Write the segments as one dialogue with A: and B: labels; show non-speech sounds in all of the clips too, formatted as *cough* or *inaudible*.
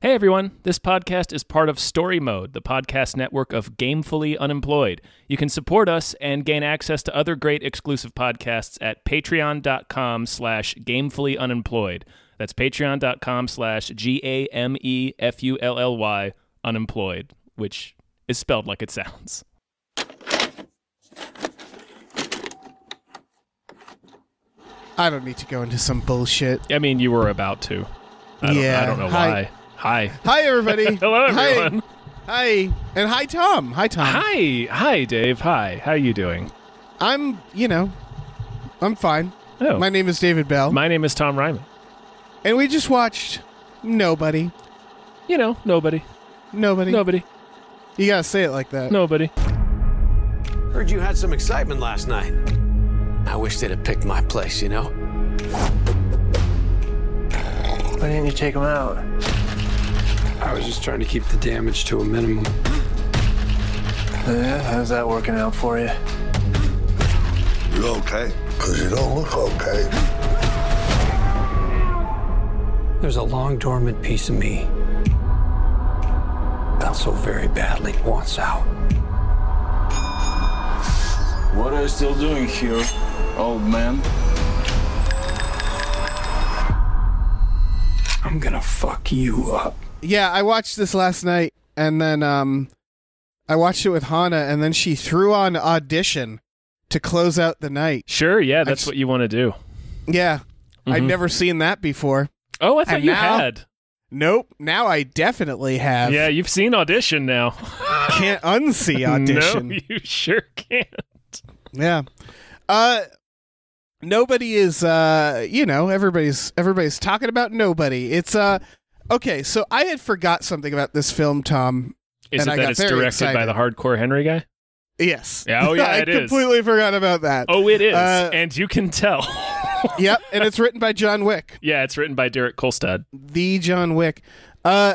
A: Hey everyone, this podcast is part of Story Mode, the podcast network of Gamefully Unemployed. You can support us and gain access to other great exclusive podcasts at patreon.com slash gamefully unemployed. That's patreon.com slash G A M E F U L L Y unemployed, which is spelled like it sounds.
B: I don't need to go into some bullshit.
A: I mean, you were about to. I don't,
B: Yeah,
A: I don't know
B: hi.
A: why. Hi.
B: Hi,
A: *laughs*
B: everybody.
A: Hello,
B: Hi.
A: everyone.
B: Hi. And hi, Tom. Hi, Tom.
A: Hi. Hi, Dave. Hi. How you doing?
B: I'm, you know, I'm fine.
A: Oh,
B: My
A: my,
B: name is David Bell.
A: name is Tom Ryman.
B: and we just watched Nobody.
A: You know, nobody.
B: Nobody.
A: Nobody.
B: You gotta say it like that.
A: Nobody.
C: Heard you had some excitement last night. I wish they'd have picked my place, you know?
D: Why didn't you take him out?
E: I was just trying to keep the damage to a minimum.
D: Yeah, how's that working out for you?
F: You okay? Because you don't look okay.
E: There's a long dormant piece of me that so very badly wants out.
G: What are you still doing here, old man?
E: I'm gonna fuck you up.
B: Yeah, I watched this last night, and then um, I watched it with Hana, and then she threw on audition to close out the night.
A: Sure, yeah, that's
B: just-
A: what you want to do.
B: Yeah, I'd
A: Mhm.
B: never seen that before.
A: Oh, I thought
B: And
A: you
B: now-
A: had.
B: Nope. Now I definitely have.
A: Yeah, you've seen audition now.
B: Can't
A: *laughs*
B: unsee audition.
A: No, you sure can.
B: Yeah. Uh nobody is uh you know, everybody's everybody's talking about nobody. It's uh okay, so I had forgot something about this film, Tom.
A: Is
B: And
A: it
B: I
A: that
B: got
A: it's
B: very
A: directed by
B: excited.
A: the hardcore Henry guy?
B: Yes.
A: Yeah,
B: *laughs*
A: oh, yeah,
B: I
A: it is.
B: completely forgot about that.
A: Oh, it is,
B: Uh,
A: and you can tell. *laughs*
B: yep, and it's written by John Wick.
A: yeah, it's written by Derek Kolstad.
B: The John Wick. Uh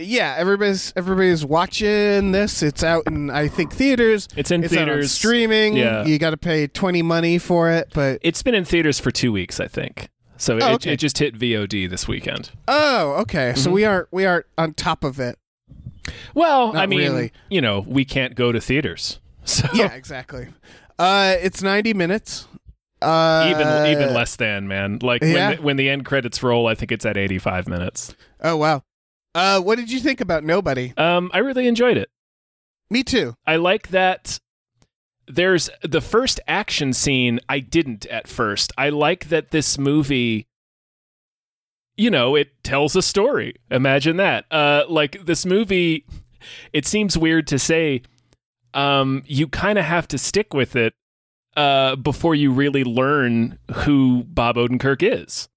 B: yeah, everybody's everybody's watching this. It's out in I think theaters.
A: It's in
B: out on
A: theaters.
B: streaming.
A: Yeah.
B: You got to pay 20 money for it, but
A: It's been in theaters for two weeks, I think. So
B: Oh,
A: it,
B: okay.
A: it just hit VOD this weekend.
B: oh, okay.
A: Mm-hmm.
B: So we aren't we aren't on top of it.
A: Well,
B: Not
A: I mean,
B: really.
A: you know, we can't go to theaters, *laughs* so
B: yeah, exactly. Uh, it's 90 minutes. Uh,
A: even even less than man. Like
B: yeah.
A: when the, when the end credits roll, I think it's at eighty five minutes.
B: Oh, wow. Uh, what did you think about Nobody?
A: Um, I really enjoyed it.
B: Me too.
A: I like that there's the first action scene I didn't at first. I like that this movie you know, it tells a story. Imagine that. Uh like this movie it seems weird to say um you kind of have to stick with it uh before you really learn who Bob Odenkirk is.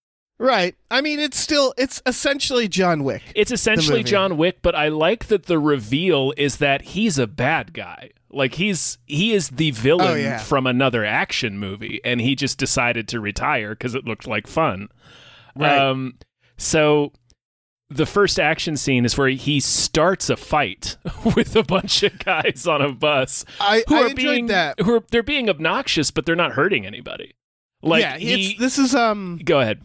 B: Right. I mean, it's still, it's essentially John Wick.
A: It's essentially
B: movie.
A: John Wick, but I like that the reveal is that he's a bad guy. Like he's he is the villain
B: Oh, yeah.
A: from another action movie, and he just decided to retire because it looked like fun.
B: Right.
A: Um, so the first action scene is where he starts a fight *laughs* with a bunch of guys on a bus
B: I,
A: who
B: I
A: are
B: enjoyed
A: being
B: that.
A: who are they're being obnoxious, but they're not hurting anybody. Like
B: yeah,
A: he,
B: it's, this is, um,
A: go ahead.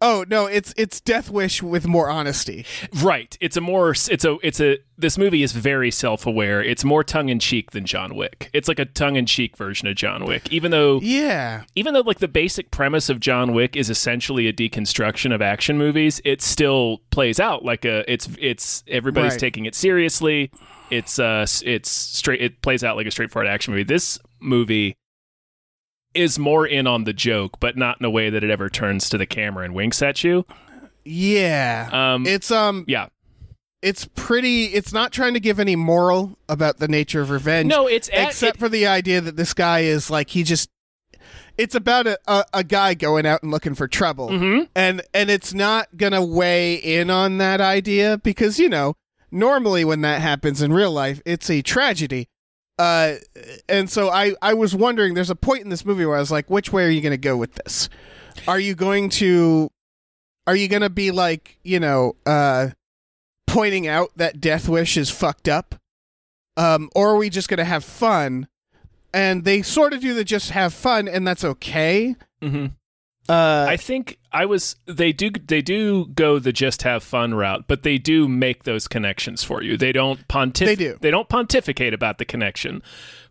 B: oh, no, it's, it's Death Wish with more honesty.
A: Right. It's a more it's a it's a this movie is very self-aware. It's more tongue-in-cheek than John Wick. It's like a tongue-in-cheek version of John Wick. Even though
B: Yeah.
A: even though like the basic premise of John Wick is essentially a deconstruction of action movies, it still plays out like a it's it's everybody's
B: Right.
A: taking it seriously. It's uh s- it's straight it plays out like a straightforward action movie. This movie is more in on the joke, but not in a way that it ever turns to the camera and winks at you.
B: Yeah.
A: Um
B: it's, um,
A: yeah.
B: it's pretty, it's not trying to give any moral about the nature of revenge.
A: No, it's at-
B: except
A: it-
B: for the idea that this guy is like he just it's about a, a, a guy going out and looking for trouble
A: Mm-hmm.
B: and and it's not gonna weigh in on that idea because you know normally when that happens in real life it's a tragedy uh and so i i was wondering there's a point in this movie where i was like which way are you gonna go with this are you going to are you gonna be like you know uh pointing out that death wish is fucked up um, or are we just going to have fun? And they sort of do the just have fun, and that's okay.
A: Mhm.
B: Uh,
A: I think I was they do they do go the just have fun route, but they do make those connections for you. They don't pontif-
B: They do.
A: they don't pontificate about the connection,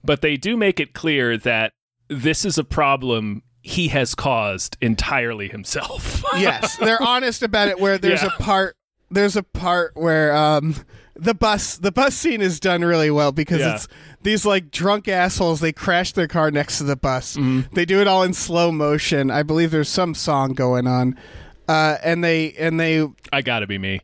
A: but they do make it clear that this is a problem he has caused entirely himself. *laughs*
B: yes, they're honest about it. Where there's
A: Yeah.
B: a part, there's a part where um, the bus, the bus scene is done really well because
A: Yeah.
B: it's these like drunk assholes. They crash their car next to the bus.
A: Mm-hmm.
B: They do it all in slow motion. I believe there's some song going on, uh, and they and they
A: I gotta be me.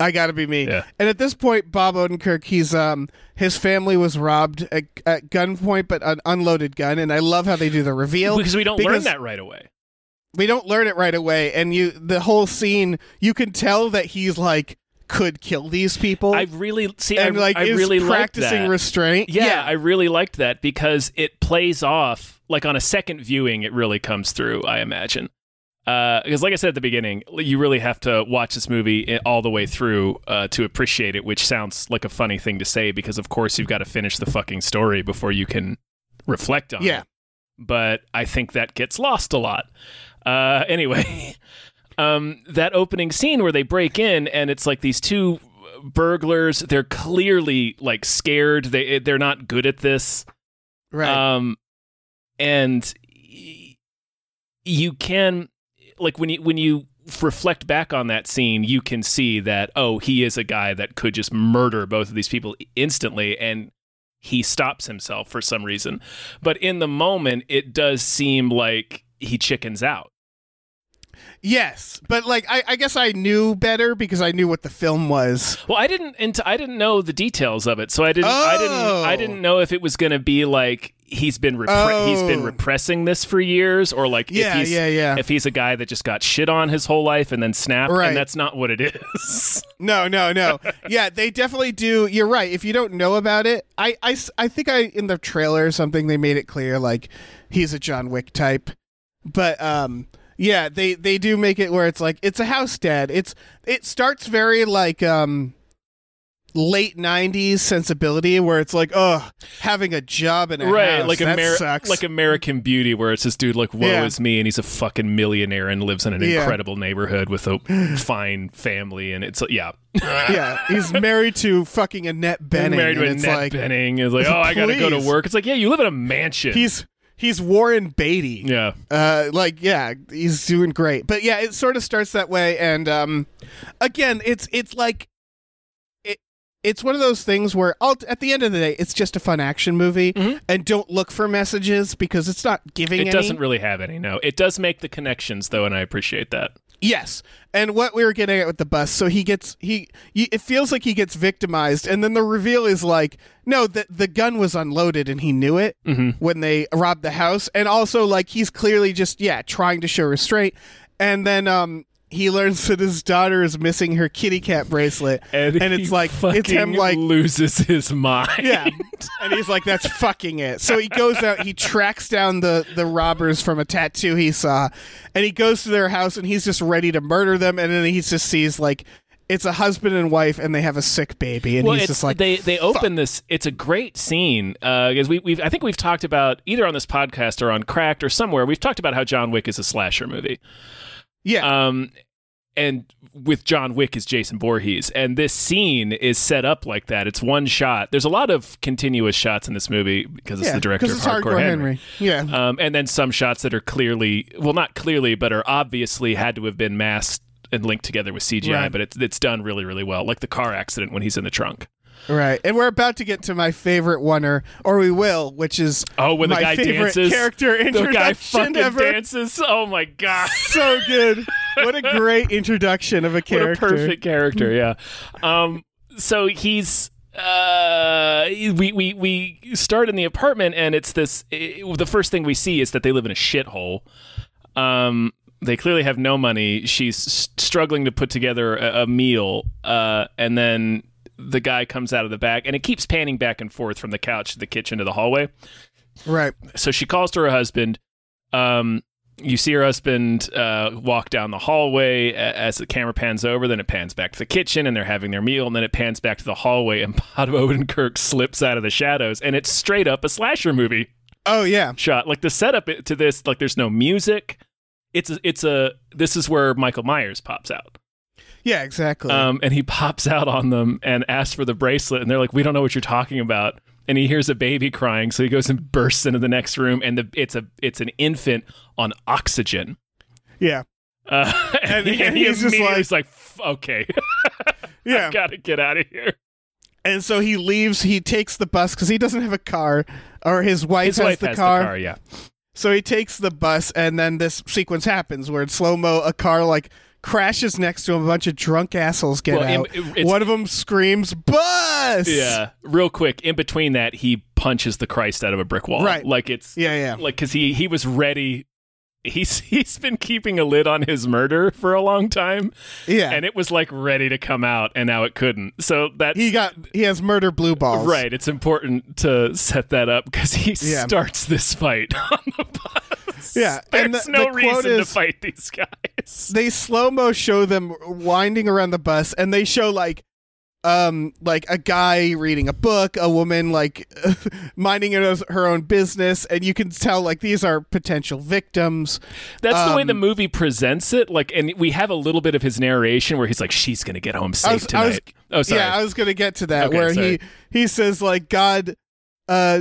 B: I gotta be me.
A: Yeah.
B: And at this point, Bob Odenkirk, he's um, his family was robbed at, at gunpoint, but an unloaded gun. And I love how they do the reveal
A: Because we don't learn
B: because
A: that right away.
B: We don't learn it right away, and you the whole scene, you can tell that he's like could kill these people.
A: I really see
B: and
A: I,
B: like
A: I
B: is
A: really liked
B: practicing
A: that.
B: restraint.
A: yeah, I really liked that because it plays off like on a second viewing, it really comes through. I imagine because, like I said at the beginning, you really have to watch this movie i- all the way through uh, to appreciate it, which sounds like a funny thing to say because, of course, you've got to finish the fucking story before you can reflect on
B: Yeah.
A: it. But I think that gets lost a lot. Uh, anyway, *laughs* um, that opening scene where they break in and it's like these two burglars. They're clearly like scared. They they're not good at this.
B: right.
A: Um, and y- you can like when you when you reflect back on that scene, you can see that oh, he is a guy that could just murder both of these people instantly, and he stops himself for some reason. But in the moment, it does seem like he chickens out.
B: yes, but like I, I guess I knew better because I knew what the film was.
A: Well, I didn't, and I didn't know the details of it, so I didn't, I
B: Oh.
A: didn't, I didn't know if it was going to be like he's been repre- he's
B: Oh.
A: been repressing this for years, or like
B: Yeah,
A: if he's,
B: yeah, yeah.
A: if he's a guy that just got shit on his whole life and then snapped,
B: Right.
A: and that's not what it is.
B: No,
A: *laughs*
B: no, no. yeah, they definitely do. You're right. If you don't know about it, I, I s- I think I in the trailer or something they made it clear like he's a John Wick type, but um, yeah, they they do make it where it's like it's a house dad. It's it starts very like um late 90s sensibility where it's like oh having a job and a
A: right,
B: house
A: like
B: *laughs* that
A: Ameri-
B: sucks.
A: like American Beauty, where it's this dude like, "Woe
B: Yeah.
A: is me," and he's a fucking millionaire and lives in an
B: Yeah.
A: incredible neighborhood with
B: *sighs*
A: a fine family, and it's yeah,
B: yeah he's married to
A: *laughs*
B: fucking Annette Benning
A: married
B: and
A: with
B: it's
A: Annette
B: like
A: Bening, is
B: *laughs*
A: like, "Oh, I gotta go to
B: Please.
A: work." It's like, yeah, you live in a mansion.
B: he's he's Warren Beatty
A: yeah.
B: uh like yeah he's doing great but yeah it sort of starts that way and um again it's it's like it it's one of those things where ult- at the end of the day it's just a fun action movie and don't look for messages because it's not giving
A: Mm-hmm. It
B: any.
A: doesn't really have any. No, it does make the connections though, and I appreciate that.
B: yes and what we were getting at with the bus so he gets he, he it feels like he gets victimized and then the reveal is like no the, the gun was unloaded and he knew it when they robbed the house and also like he's clearly just yeah trying to show restraint and then um he learns that his daughter is missing her kitty cat bracelet and it's like it's him like
A: loses his mind.
B: yeah. *laughs* And he's like, that's fucking it. So he goes out, he tracks down the, the robbers from a tattoo he saw, and he goes to their house and he's just ready to murder them. And then he just sees, like, it's a husband and wife and they have a sick baby. And
A: Well,
B: he's
A: it's,
B: just like,
A: they they open this. It's a great scene because we we have I think we've talked about either on this podcast or on Cracked or somewhere. We've talked about how John Wick is a slasher movie.
B: yeah.
A: Um, and with John Wick is Jason Voorhees, and this scene is set up like that. It's one shot. There's a lot of continuous shots in this movie because it's
B: yeah,
A: the director
B: 'cause
A: of
B: it's
A: Hardcore, Henry.
B: Yeah.
A: Um, and then some shots that are clearly, well, not clearly, but are obviously had to have been masked and linked together with CGI.
B: Right.
A: But it's it's done really, really well, like the car accident when he's in the trunk.
B: Right, and we're about to get to my favorite one, or or we will, which is
A: Oh, when the
B: my
A: guy
B: favorite
A: dances,
B: character
A: the guy
B: introduction
A: fucking
B: ever.
A: dances. Oh my god. *laughs*
B: So good! What a great introduction of a character.
A: What a perfect character, yeah. Um, so he's uh, we we we start in the apartment, and it's this. It, the first thing we see is that they live in a shithole. Um, they clearly have no money. She's s- struggling to put together a, a meal, uh, and then the guy comes out of the back, and it keeps panning back and forth from the couch to the kitchen to the hallway
B: Right,
A: so she calls to her husband. Um, you see her husband uh, walk down the hallway a- as the camera pans over. Then it pans back to the kitchen, and they're having their meal. And then it pans back to the hallway, and *laughs* Bob Odenkirk slips out of the shadows, and it's straight up a slasher movie
B: Oh yeah,
A: shot. Like the setup to this, like there's no music. it's a, it's a this is where Michael Myers pops out.
B: Yeah, exactly.
A: Um, and he *laughs* pops out on them and asks for the bracelet, and they're like, "We don't know what you're talking about." And he hears a baby crying, so he goes and bursts into the next room, and the, it's a it's an infant on oxygen.
B: yeah,
A: Uh, *laughs* and,
B: And-
A: he-
B: and
A: he
B: he's just
A: immediately
B: like-
A: is like, "F- "Okay, *laughs*
B: yeah.
A: gotta get out of here."
B: And so he leaves. He takes the bus because he doesn't have a car, or his wife,
A: His
B: has,
A: wife
B: the,
A: has
B: car.
A: the car, yeah.
B: So he takes the bus, and then this sequence happens where in slow mo, a car like crashes next to him. A bunch of drunk assholes get
A: Well, im-
B: out.
A: it- it's-
B: One of them screams,
A: *laughs*
B: "Bus!"
A: Yeah. Real quick, in between that, he punches the Christ out of a brick wall.
B: Right.
A: Like it's
B: yeah, yeah.
A: like because he he was ready. He's *laughs* he's been keeping a lid on his murder for a long time,
B: Yeah.
A: and it was like ready to come out, and now it couldn't. So that's
B: he got he has murder blue balls.
A: right. It's important to set that up because he
B: Yeah.
A: starts this fight *laughs* on the bus.
B: Yeah,
A: there's
B: and the-
A: no
B: the quote
A: reason to
B: is-
A: fight these guys.
B: They slow mo show them winding around the bus, and they show like. Um, like a guy reading a book, a woman like *laughs* minding her her own business, and you can tell like these are potential victims.
A: That's the way
B: um,
A: the movie presents it. Like, and we have a little bit of his narration where he's like, "She's gonna get home safe tonight." oh, sorry.
B: Yeah, I was gonna get to that
A: Okay,
B: where
A: sorry.
B: he he says like God uh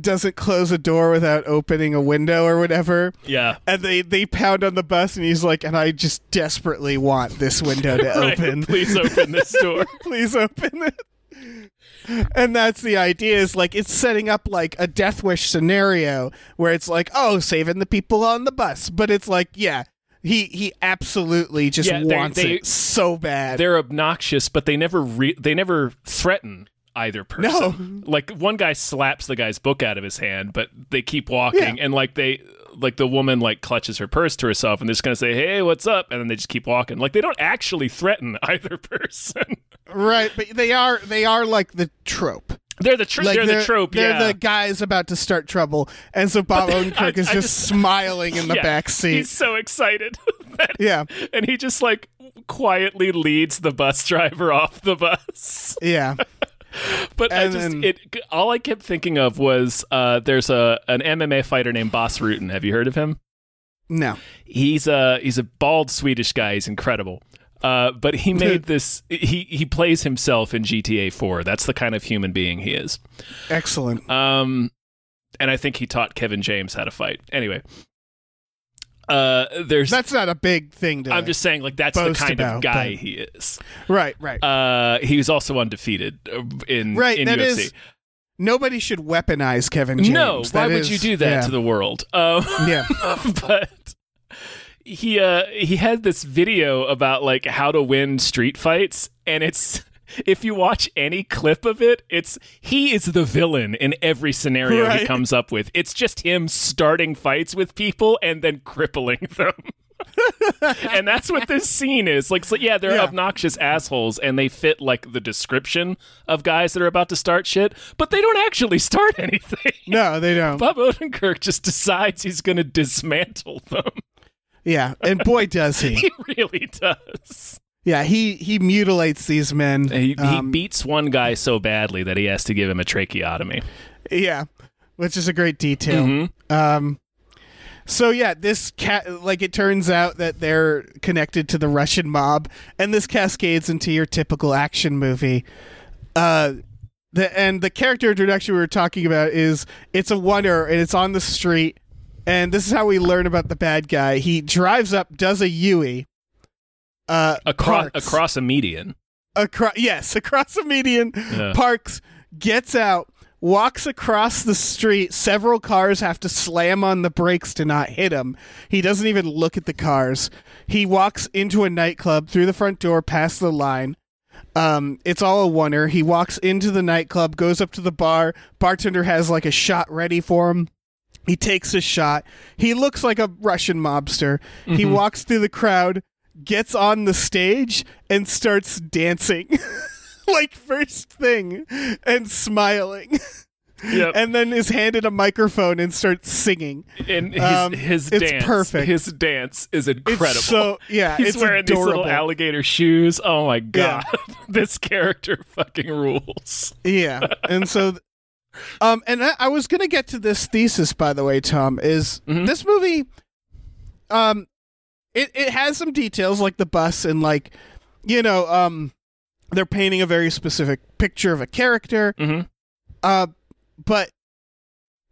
B: doesn't close a door without opening a window or whatever.
A: yeah.
B: And they they pound on the bus and he's like, and I just desperately want this window to
A: *laughs* Right,
B: *laughs* open.
A: Please open this
B: *laughs*
A: door.
B: Please open it. And that's the idea is like it's setting up like a death wish scenario where it's like, oh, saving the people on the bus. But it's like, yeah, he he absolutely just
A: Yeah, they-
B: wants
A: they-
B: it so bad.
A: They're obnoxious, but they never re- they never threaten either person. Like one guy slaps the guy's book out of his hand, but they keep walking
B: Yeah.
A: and like they like the woman like clutches her purse to herself and they're just gonna say, Hey, what's up? And then they just keep walking. Like they don't actually threaten *laughs* either person.
B: Right, but they are they are like the trope.
A: they're the tr-
B: Like
A: they're, the trope,
B: They're
A: yeah.
B: the guys about to start trouble, and so Bob Odenkirk
A: I-
B: is
A: I
B: just,
A: just-
B: smiling in the
A: Yeah,
B: back seat.
A: He's so excited. *laughs* that-
B: Yeah,
A: And he just like quietly leads the bus driver *laughs* off the bus.
B: yeah,
A: But I
B: And
A: just
B: then-
A: it all I kept thinking of was uh, there's a an MMA fighter named Boss Rutan. Have you heard of him?
B: no,
A: He's a he's a bald Swedish guy. He's incredible. Uh, but
B: *laughs*
A: he made this. He he plays himself in GTA 4. That's the kind of human being he is. *laughs*
B: excellent.
A: Um, and I think he taught Kevin James how to fight. Anyway, uh, there's.
B: That's not a big thing to.
A: I'm just saying, like that's the
B: boast
A: kind of
B: about,
A: guy
B: but-
A: he is.
B: right, right,
A: Uh, he was also undefeated uh, in
B: right.
A: in
B: That
A: UFC.
B: is nobody should weaponize Kevin James.
A: No, why
B: That
A: would
B: is-
A: you do that
B: yeah.
A: to the world? Um,
B: *laughs* Yeah.
A: *laughs* but he uh, he had this video about like how to win street fights, and it's *laughs* if you watch any clip of it, it's he is the villain in every scenario he
B: Right.
A: comes up with. It's just him starting fights with people and then crippling *laughs*
B: *laughs*
A: them. and that's what this scene is like. So yeah, they're
B: Yeah.
A: obnoxious assholes, and they fit like the description of guys that are about to start shit, but they don't actually start *laughs* anything.
B: No, they don't.
A: *laughs* Bob Odenkirk just decides he's going to dismantle them. *laughs*
B: yeah, and boy does he.
A: He really does.
B: Yeah, he he mutilates these men.
A: He, he
B: Um,
A: beats one guy so badly that he has to give him a tracheotomy.
B: Yeah, which is a great detail.
A: Mm-hmm.
B: Um, so yeah, this cat like it turns out that they're connected to the Russian mob, and this cascades into your typical action movie. Uh, the and the character introduction we were talking about is it's a wonder, and it's on the street, and this is how we learn about the bad guy. He drives up, does a Yui. Uh,
A: Across,
B: parks
A: across a median.
B: across yes *laughs* across a median
A: Yeah.
B: parks gets out walks across the street several cars have to slam on the brakes to not hit him he doesn't even look at the cars he walks into a nightclub through the front door past the line um, it's all a wonder he walks into the nightclub goes up to the bar bartender has like a shot ready for him he takes a shot. He looks like a Russian mobster. He walks through the crowd, gets on the stage, and starts dancing. *laughs* like first thing and smiling
A: Yep.
B: and then is handed a microphone and starts singing
A: And his,
B: Um,
A: his
B: it's
A: dance,
B: perfect.
A: His dance is incredible.
B: so- yeah,
A: he's
B: it's
A: wearing these
B: adorable.
A: little alligator shoes. Oh my
B: Yeah.
A: god, *laughs* this character fucking rules.
B: yeah and so
A: Mm-hmm.
B: um and I, I was gonna get to this thesis by the way tom is this movie um it it has some details like the bus and like you know um they're painting a very specific picture of a character
A: Mhm.
B: uh but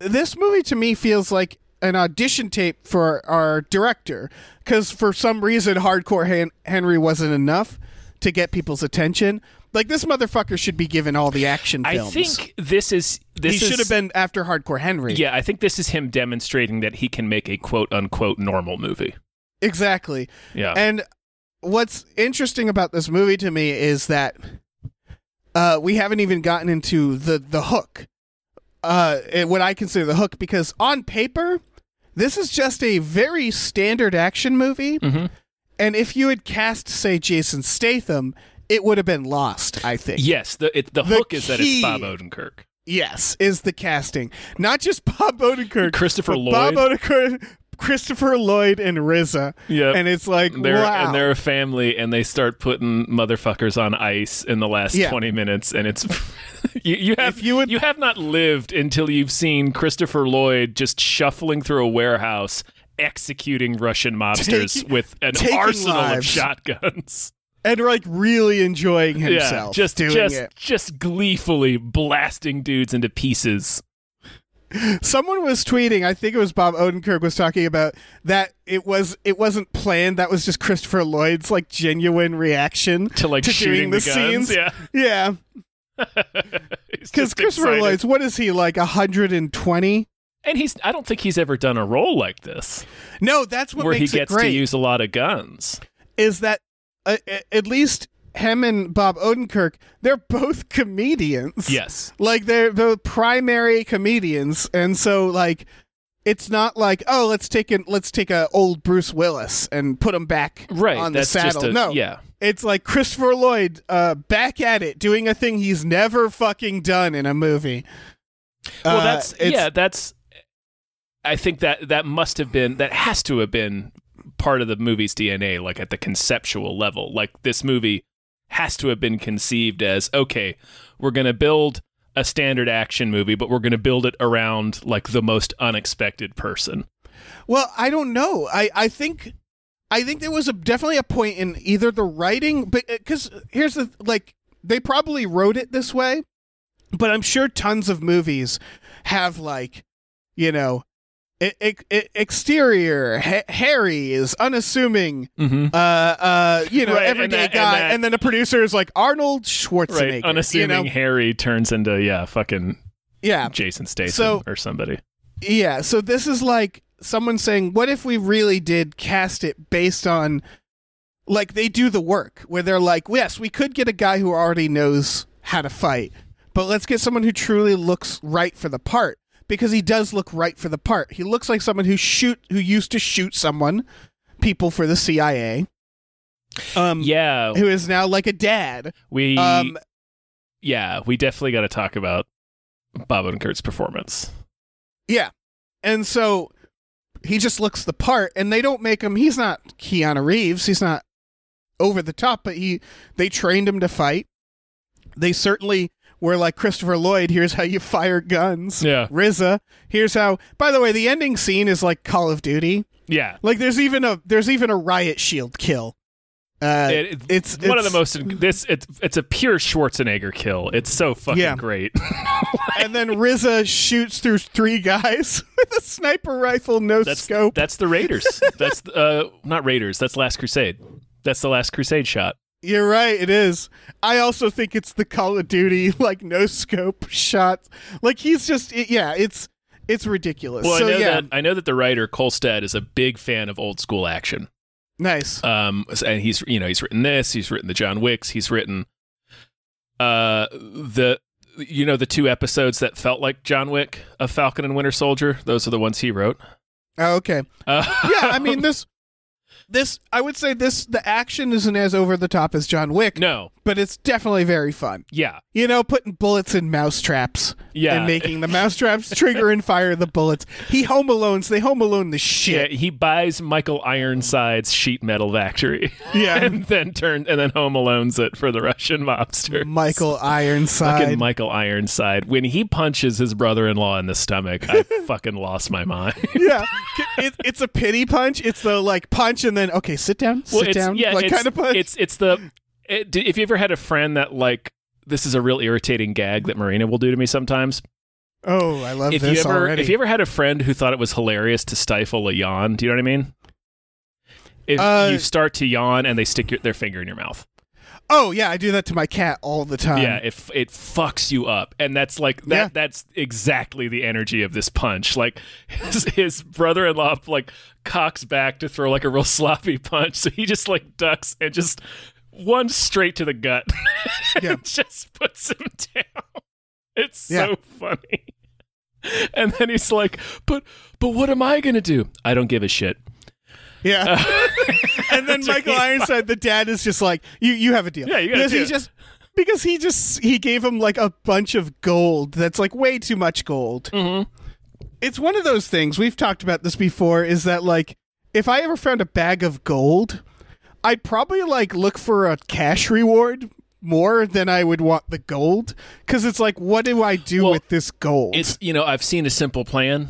B: this movie to me feels like an audition tape for our director because for some reason hardcore Hen- henry wasn't enough to get people's attention like this motherfucker should be given all the action
A: I
B: films
A: think this is this
B: he
A: is-
B: should have been after hardcore henry
A: Yeah, I think this is him demonstrating that he can make a quote unquote normal movie.
B: exactly
A: Yeah.
B: And what's interesting about this movie to me is that uh, we haven't even gotten into the the hook, uh, eh, what I consider the hook, because on paper, this is just a very standard action movie.
A: Mm-hmm.
B: And if you had cast, say, Jason Statham, it would have been lost. I think.
A: yes, the it, the,
B: The
A: hook is that it's
B: key-
A: Bob Odenkirk.
B: Yes, is the casting not just *laughs* Bob Odenkirk,
A: Christopher
B: but Bob
A: Lloyd.
B: Odenkirk, Christopher Lloyd, and RZA.
A: Yep.
B: and it's like
A: They're
B: wow.
A: and they're a family and they start putting motherfuckers on ice in the last
B: Yeah.
A: 20 minutes and it's *laughs* you, you have
B: If
A: you,
B: you would-
A: have not lived until you've seen Christopher Lloyd just shuffling through a warehouse executing Russian mobsters
B: Taking-
A: with an
B: taking
A: arsenal of
B: lives. *laughs*
A: shotguns.
B: and like really enjoying himself
A: yeah, just
B: doing
A: just
B: it.
A: just gleefully blasting dudes into pieces.
B: Someone was tweeting, I think it was Bob Odenkirk was talking about that it was it wasn't planned, that was just Christopher Lloyd's like genuine reaction
A: To, like, shooting
B: doing the,
A: the guns,
B: scenes.
A: yeah. *laughs*
B: Yeah.
A: He's
B: Because
A: just
B: Christopher
A: excited.
B: Lloyd's what is he like 120?
A: and he's I don't think he's ever done a role like this
B: No, that's what
A: where he
B: makes
A: gets
B: it great.
A: to use a lot of guns.
B: is that uh, at least him and Bob Odenkirk, they're both comedians.
A: Yes.
B: Like they're the primary comedians, and so like it's not like oh let's take an, let's take a old Bruce Willis and put him back
A: Right,
B: on the
A: that's just
B: saddle.
A: a-
B: no,
A: yeah.
B: it's like Christopher Lloyd uh, back at it doing a thing he's never fucking done in a movie.
A: Well,
B: Uh,
A: that's
B: it's-
A: yeah, that's. I think that that must have been that has to have been part of the movie's DNA, like at the conceptual level. Like this movie has to have been conceived as okay, we're gonna build a standard action movie, but we're gonna build it around like the most unexpected person.
B: Well, I don't know. I, I think I think there was a, definitely a point in either the writing, but because here's the like they probably wrote it this way, but I'm sure tons of movies have like you know. e- e- e- exterior ha- Harry is unassuming, uh, uh, you know,
A: Mm-hmm. Right, and
B: everyday
A: that- and
B: guy, and,
A: that-
B: then a producer is like Arnold
A: Right,
B: Schwarzenegger, you
A: unassuming
B: know?
A: Harry turns into yeah, fucking
B: yeah,
A: Jason Statham
B: So-
A: or somebody.
B: Yeah, so this is like someone saying, "What if we really did cast it based on like they do the work where they're like, yes, we could get a guy who already knows how to fight, but let's get someone who truly looks right for the part because he does look right for the part. He looks like someone who shoot who used to shoot someone, people for the CIA, um,
A: Yeah,
B: who is now like a dad.
A: we
B: Um,
A: yeah we definitely got to talk about Bob Odenkirk's performance.
B: Yeah. And so he just looks the part and they don't make him he's not Keanu Reeves, he's not over the top, but he they trained him to fight. They certainly were like Christopher Lloyd, here's how you fire guns.
A: Yeah.
B: RZA, here's how By the way, the ending scene is like Call of Duty.
A: Yeah,
B: Like there's even a there's even a riot shield kill. Uh
A: It- it-
B: it's
A: one of the
B: it's-
A: most this it's it's a pure Schwarzenegger kill. It's so fucking
B: Yeah. *laughs*
A: great.
B: and then RZA shoots through three guys *laughs* with a sniper rifle, no
A: That's
B: scope.
A: that's the Raiders. that's uh not Raiders. That's Last Crusade. That's the Last Crusade shot.
B: You're right, it is. I also think it's the Call of Duty *laughs* like no scope shots. Like he's just it, yeah, it's it's ridiculous.
A: Well,
B: so
A: I know
B: yeah,
A: that I know that the writer Kolstad is a big fan of old school action.
B: nice.
A: Um, and he's you know he's written this. He's written the John Wicks. He's written uh the you know the two episodes that felt like John Wick of Falcon and Winter Soldier. Those are the ones he wrote.
B: Oh, okay.
A: Uh,
B: Yeah, I mean this this I would say this the action isn't as over the top as John
A: *laughs*
B: Wick.
A: no,
B: but it's definitely very fun.
A: Yeah.
B: You know, putting bullets in mousetraps.
A: Yeah.
B: And making
A: *laughs*
B: the mousetraps trigger and fire the bullets. He home alones, they home alone the
A: Yeah,
B: shit.
A: he buys Michael Ironside's sheet metal factory. *laughs*
B: Yeah.
A: and then turn and then Home Alone's it for the Russian mobster.
B: Michael Ironside.
A: Fucking Michael Ironside. When he punches his brother-in-law in the stomach,
B: *laughs*
A: I fucking lost my mind.
B: yeah. It, it's a pity punch. It's the like punch and then, okay, sit down, sit down. like
A: it's,
B: kind of punch.
A: It's it's the it, d- if you ever had a friend that like this is a real irritating gag that Marina will do to me sometimes.
B: oh, I love
A: if
B: this
A: you ever
B: already.
A: if you ever had a friend who thought it was hilarious to stifle a yawn, do you know what I mean? If
B: Uh,
A: you start to yawn and they stick your, their finger in your mouth,
B: oh, yeah, I do that to my cat all the time.
A: yeah, it f- it fucks you up, and that's like that.
B: Um, Yeah.
A: That's exactly the energy of this punch. Like *laughs* his, his brother-in-law like cocks back to throw like a real *laughs* sloppy punch, so he just like ducks and just one straight to the gut, *laughs*
B: Yeah.
A: and just puts him *laughs* down. It's
B: Yeah.
A: so funny. And then he's like, "But but what am I gonna do? I don't give a shit."
B: Yeah.
A: Uh,
B: *laughs*
A: *laughs*
B: and then Michael Ironside, the dad, is just like, "You, you have a deal."
A: Yeah, you gotta
B: because
A: do
B: he
A: it.
B: just because he just he gave him like a bunch of gold. That's like way too much gold. Mm-hmm. It's one of those things we've talked about this before. Is that like if I ever found a bag of gold, I'd probably like look for a cash reward more than I would want the gold because it's like, what do I do
A: Well,
B: with this gold?
A: It's you know I've seen a simple plan.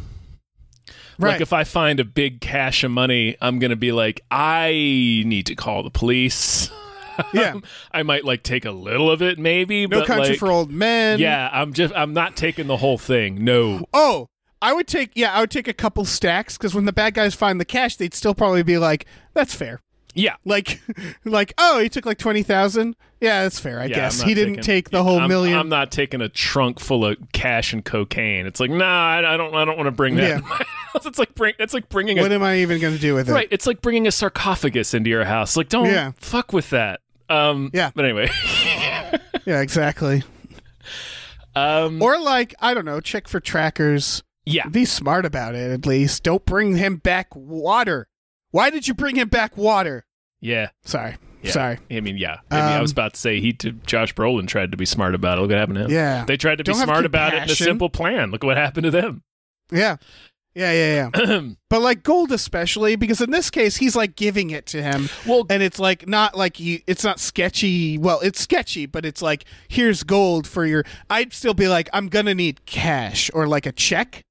B: right.
A: Like if I find a big cache of money, I'm gonna be like, I need to call the police.
B: yeah,
A: I might like take a little of it, maybe.
B: no
A: but,
B: country
A: like,
B: for old men.
A: Yeah, I'm just I'm not taking the whole thing. No.
B: Oh, I would take yeah, I would take a couple stacks because when the bad guys find the cash, they'd still probably be like, "That's fair."
A: Yeah.
B: Like, *laughs* like oh, he took like twenty thousand. Yeah, that's fair. I
A: Yeah, I'm
B: guess
A: not
B: he didn't
A: taking-
B: take the whole
A: I'm,
B: 1000000
A: I'm not taking a trunk full of cash and cocaine. It's like, nah, I I don't I don't want to bring that.
B: Yeah.
A: in my house. *laughs* it's like bring it's like bringing
B: what
A: a
B: am I even going to do with
A: *laughs*
B: it?
A: right. It's like bringing a sarcophagus into your house. Like, don't
B: Yeah.
A: fuck with that. Um,
B: Yeah.
A: But anyway, *laughs*
B: Yeah, exactly.
A: um,
B: Or like I don't know, check for trackers.
A: yeah.
B: Be smart about it at least. Don't bring him back water. Why did you bring him back water?
A: Yeah.
B: Sorry,
A: Yeah.
B: sorry.
A: I mean, yeah. I, mean, I was
B: Um,
A: about to say he, to, Josh Brolin, tried to be smart about it. Look what happened to him.
B: Yeah.
A: they tried to be
B: Don't have
A: smart about it in a
B: compassion.
A: simple plan. Look what happened to them. *clears throat*
B: Yeah, yeah, yeah, yeah. but like gold, especially because in this case, he's like giving it to him.
A: Well-
B: and it's like not like you. It's not sketchy. Well, it's sketchy, but it's like here's gold for your. I'd still be like, I'm gonna need cash or like a check.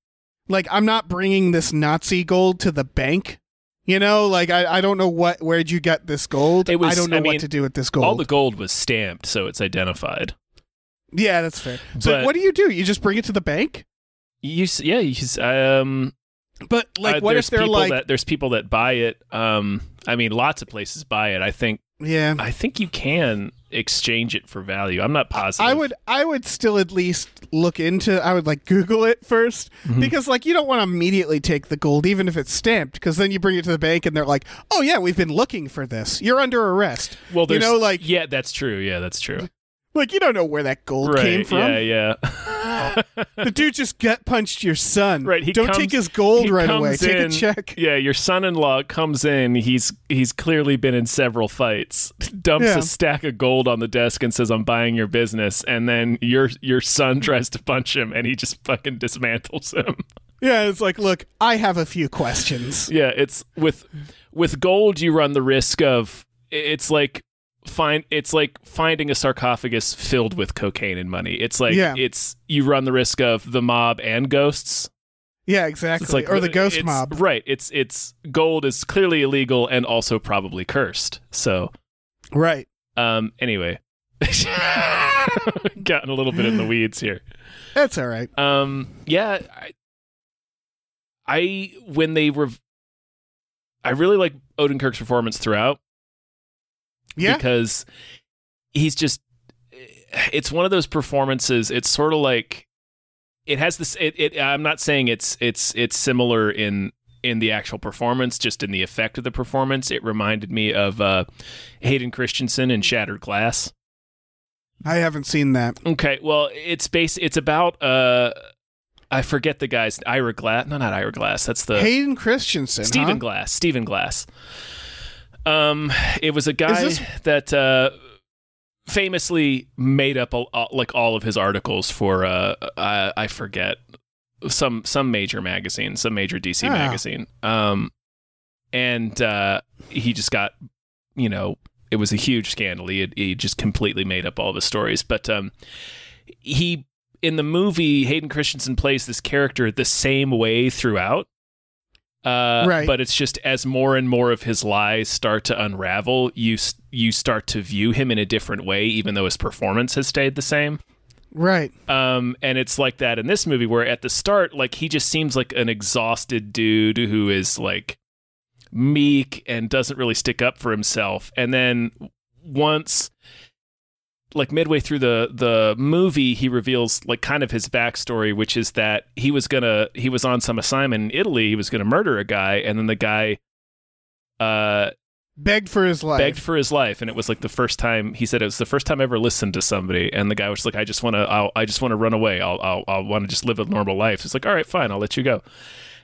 B: Like I'm not bringing this Nazi gold to the bank. You know, like I, I don't know what where'd you get this gold.
A: It was-
B: I don't know
A: I mean,
B: what to do with this gold.
A: All the gold was stamped, so it's identified.
B: yeah, that's fair. So
A: But-
B: what do you do? You just bring it to the bank?
A: You, s- yeah, you, s- um,
B: But like,
A: uh,
B: what
A: there's
B: if they're
A: people
B: like,
A: that, there's people that buy it. Um, I mean, lots of places buy it. I think,
B: yeah,
A: I think you can exchange it for value. I'm not positive.
B: I would I would still at least look into I would like Google it 1st
A: Mm-hmm.
B: because like you don't want to immediately take the gold even if it's stamped because then you bring it to the bank and they're like oh yeah we've been looking for this you're under arrest
A: Well,
B: you
A: there's,
B: know like
A: yeah, that's true. Yeah, that's true.
B: like you don't know where that gold
A: Right.
B: came from
A: Yeah, yeah.
B: the dude just gut punched your son
A: Right. He
B: don't
A: comes-
B: take his gold
A: he
B: right away
A: comes
B: take a
A: in-
B: check
A: Yeah, your son-in-law comes in. He's he's clearly been in several fights. *laughs* Dumps
B: Yeah.
A: a stack of gold on the desk and says, "I'm buying your business." And then your your son *laughs* tries to punch him, and he just fucking dismantles
B: *laughs*
A: him.
B: yeah it's like look I have a few questions
A: Yeah, it's with with gold you run the risk of it's like find it's like finding a sarcophagus filled with cocaine and money. It's like
B: Yeah.
A: it's you run the risk of the mob and ghosts.
B: yeah exactly
A: It's like uh,
B: or the ghost
A: it's-
B: mob
A: right? It's it's gold is clearly illegal and also probably cursed. So,
B: right
A: um, anyway, *laughs* gotten a little bit in the weeds here.
B: that's all right
A: Um, yeah, I, I when they were, I really like Odenkirk's performance throughout
B: yeah
A: because he's just it's one of those performances it's sort of like it has this it, it i'm not saying it's it's it's similar in in the actual performance just in the effect of the performance it reminded me of uh hayden christensen in shattered glass
B: I haven't seen that
A: okay well it's base it's about uh i forget the guy's ira glass no not ira glass that's the
B: Hayden Christensen
A: Stephen
B: huh?
A: Glass. Stephen Glass. Um, it was a guy
B: Is this-
A: that uh, famously made up a, a- like all of his articles for uh, I, I forget some some major magazine, some major DC
B: Ah.
A: magazine. Um, and uh, he just got you know it was a huge scandal. He had, he just completely made up all of his stories, but um, he in the movie Hayden Christensen plays this character the same way throughout. Uh,
B: Right.
A: But it's just as more and more of his lies start to unravel, you s- you start to view him in a different way, even though his performance has stayed the same.
B: Right.
A: Um, and it's like that in this movie, where at the start, like he just seems like an exhausted dude who is like meek and doesn't really stick up for himself. And then once, like midway through the the movie, he reveals like kind of his backstory, which is that he was gonna he was on some assignment in Italy. He was gonna murder a guy, and then the guy. Uh,
B: Begged for his life.
A: begged for his life, and it was like the first time he said it was the first time I ever listened to somebody. And the guy was like, "I just want to, I'll, I just want to run away. I'll, I'll, I'll want to just live a normal life." It's like, "All right, fine, I'll let you go."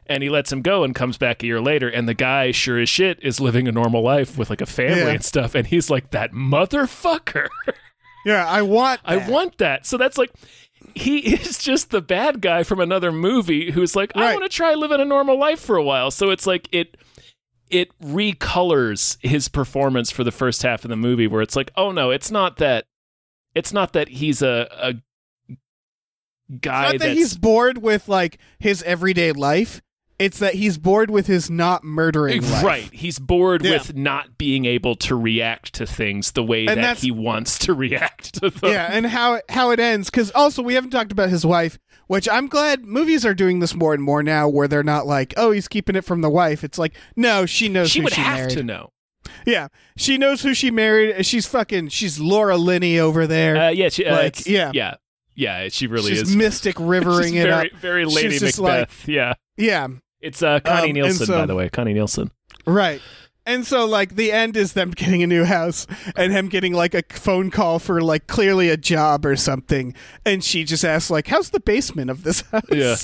A: And he lets him go and comes back a year later, and the guy, sure as shit, is living a normal life with like a family
B: Yeah.
A: and stuff. And he's like, "That motherfucker,
B: yeah, I want.
A: I
B: that.
A: want that." So that's like. He *laughs* is just the bad guy from another movie who's like, I
B: Right.
A: want to try living a normal life for a while. So it's like it it recolors his performance for the first half of the movie where it's like oh no it's not that it's not that he's a, a guy
B: It's not that
A: that's
B: he's bored with like his everyday life. It's that he's bored with his not murdering
A: *laughs*
B: life.
A: right he's bored
B: Yeah.
A: with not being able to react to things the way
B: And
A: that
B: that's-
A: he wants to *laughs* react to them
B: *laughs* yeah, and how how it ends because also we haven't talked about his wife, which I'm glad movies are doing this more and more now, where they're not like, oh, he's keeping it from the wife. It's like, no, she knows
A: she
B: who
A: would
B: she
A: have
B: married.
A: to know
B: Yeah, she knows who she married. and She's fucking. She's Laura Linney over there.
A: uh, yeah she, uh,
B: Like,
A: it's-
B: yeah.
A: yeah yeah she really
B: she's
A: is
B: mystic
A: *laughs*
B: rivering
A: She's
B: it
A: very,
B: up.
A: very
B: She's
A: lady
B: just
A: macbeth
B: like-
A: yeah
B: Yeah,
A: it's uh, Connie
B: Um, and
A: Nielsen, by
B: so-
A: the way. Connie Nielsen.
B: right. And so, like, the end is them getting a new house and him getting like a phone call for like clearly a job or something. And she just asks, like, "How's the basement of this *laughs* house?"
A: Yeah.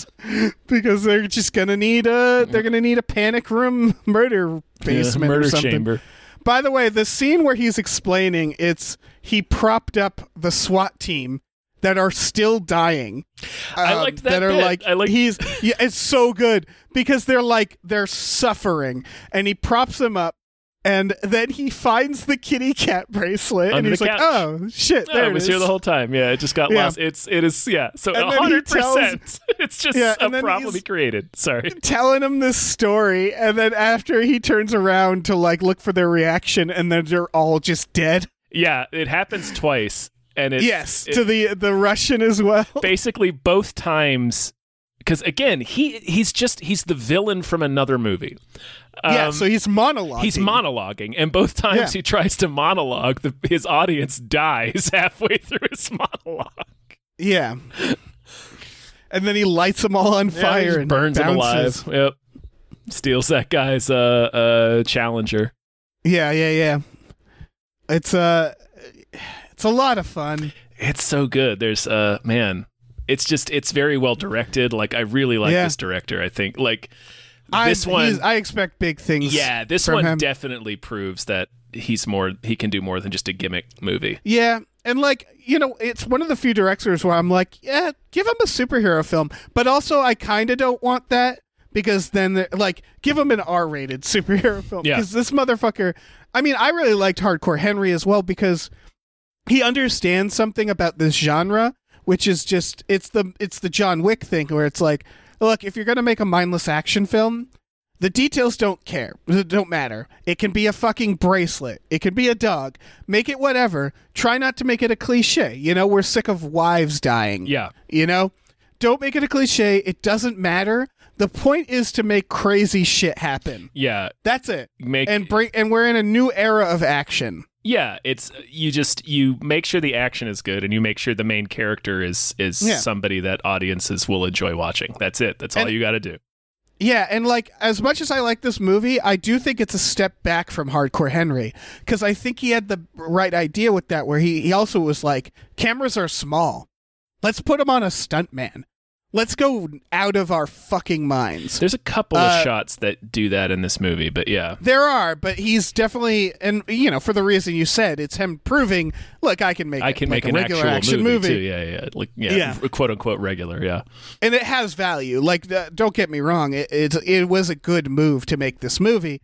B: because they're just gonna need a they're gonna need a panic room murder basement
A: murder
B: or something.
A: chamber.
B: By the way, the scene where he's explaining it's he propped up the SWAT team that are still dying.
A: I
B: um,
A: liked that
B: are
A: bit.
B: like
A: I liked-
B: he's yeah, it's so good because they're like they're suffering and he props them up and then he finds the kitty cat bracelet and
A: Under
B: he's
A: the
B: like,
A: couch.
B: "Oh shit,
A: Yeah,
B: there
A: it was
B: it is."
A: here the whole time. Yeah, it just got
B: Yeah.
A: lost. It's it is yeah. So
B: And then he
A: hundred
B: tells-
A: percent. *laughs* It's just
B: Yeah,
A: a
B: and then
A: problem
B: he's-
A: he created. Sorry.
B: telling him this story and then after he turns around to like look for their reaction and then they're all just dead
A: Yeah, it happens twice, and it's
B: yes
A: it-
B: to the the russian as well
A: basically both times. Because again, he he's just he's the villain from another movie.
B: yeah
A: Um,
B: so he's monologuing
A: He's monologuing, and both times
B: Yeah.
A: he tries to monologue, the, his audience dies *laughs* halfway through his monologue.
B: yeah and then he lights them all on
A: Yeah, he
B: fire
A: just
B: and
A: burns him
B: bounces.
A: alive. Yep, steals that guy's uh, uh, challenger.
B: yeah yeah yeah it's uh it's a lot of fun
A: It's so good. There's uh man, it's just it's very well directed. Like I really like
B: Yeah.
A: this director. I think like this
B: I,
A: one
B: he's- i expect big things
A: yeah, this
B: from
A: one
B: him.
A: definitely proves that he's more he can do more than just a gimmick movie.
B: Yeah, and like you know, it's one of the few directors where I'm like, yeah, give him a superhero film, but also I kind of don't want that because then they're- like give him an R-rated *laughs* superhero film
A: Yeah.
B: because this motherfucker. I mean, I really liked Hardcore Henry as well because he understands something about this genre, which is just it's the it's the John Wick thing where it's like, look, if you're gonna make a mindless action film, the details don't care, don't matter. It can be a fucking bracelet. It can be a dog. Make it whatever. Try not to make it a cliche. You know, we're sick of wives dying.
A: Yeah.
B: You know, don't make it a cliche. It doesn't matter. The point is to make crazy shit happen.
A: Yeah,
B: That's it.
A: Make-
B: and bring and we're in a new era of action.
A: yeah. It's you just you make sure the action is good, and you make sure the main character is is
B: Yeah.
A: somebody that audiences will enjoy watching. That's it. That's all
B: And-
A: you got to do.
B: Yeah, and like as much as I like this movie, I do think it's a step back from Hardcore Henry because I think he had the right idea with that, where he, he also was like, cameras are small, let's put them on a stuntman. Let's go out of our fucking minds.
A: There's a couple
B: Uh,
A: of shots that do that in this movie, but yeah.
B: There are, but he's definitely, and you know, for the reason you said, it's him proving, look, I can make,
A: I
B: it,
A: can make
B: like a
A: an
B: regular
A: actual
B: action
A: movie, too. Yeah, yeah, yeah. like yeah,
B: Yeah.
A: r- quote unquote regular. Yeah,
B: and it has value. Like, the, don't get me wrong, it, it's it was a good move to make this movie.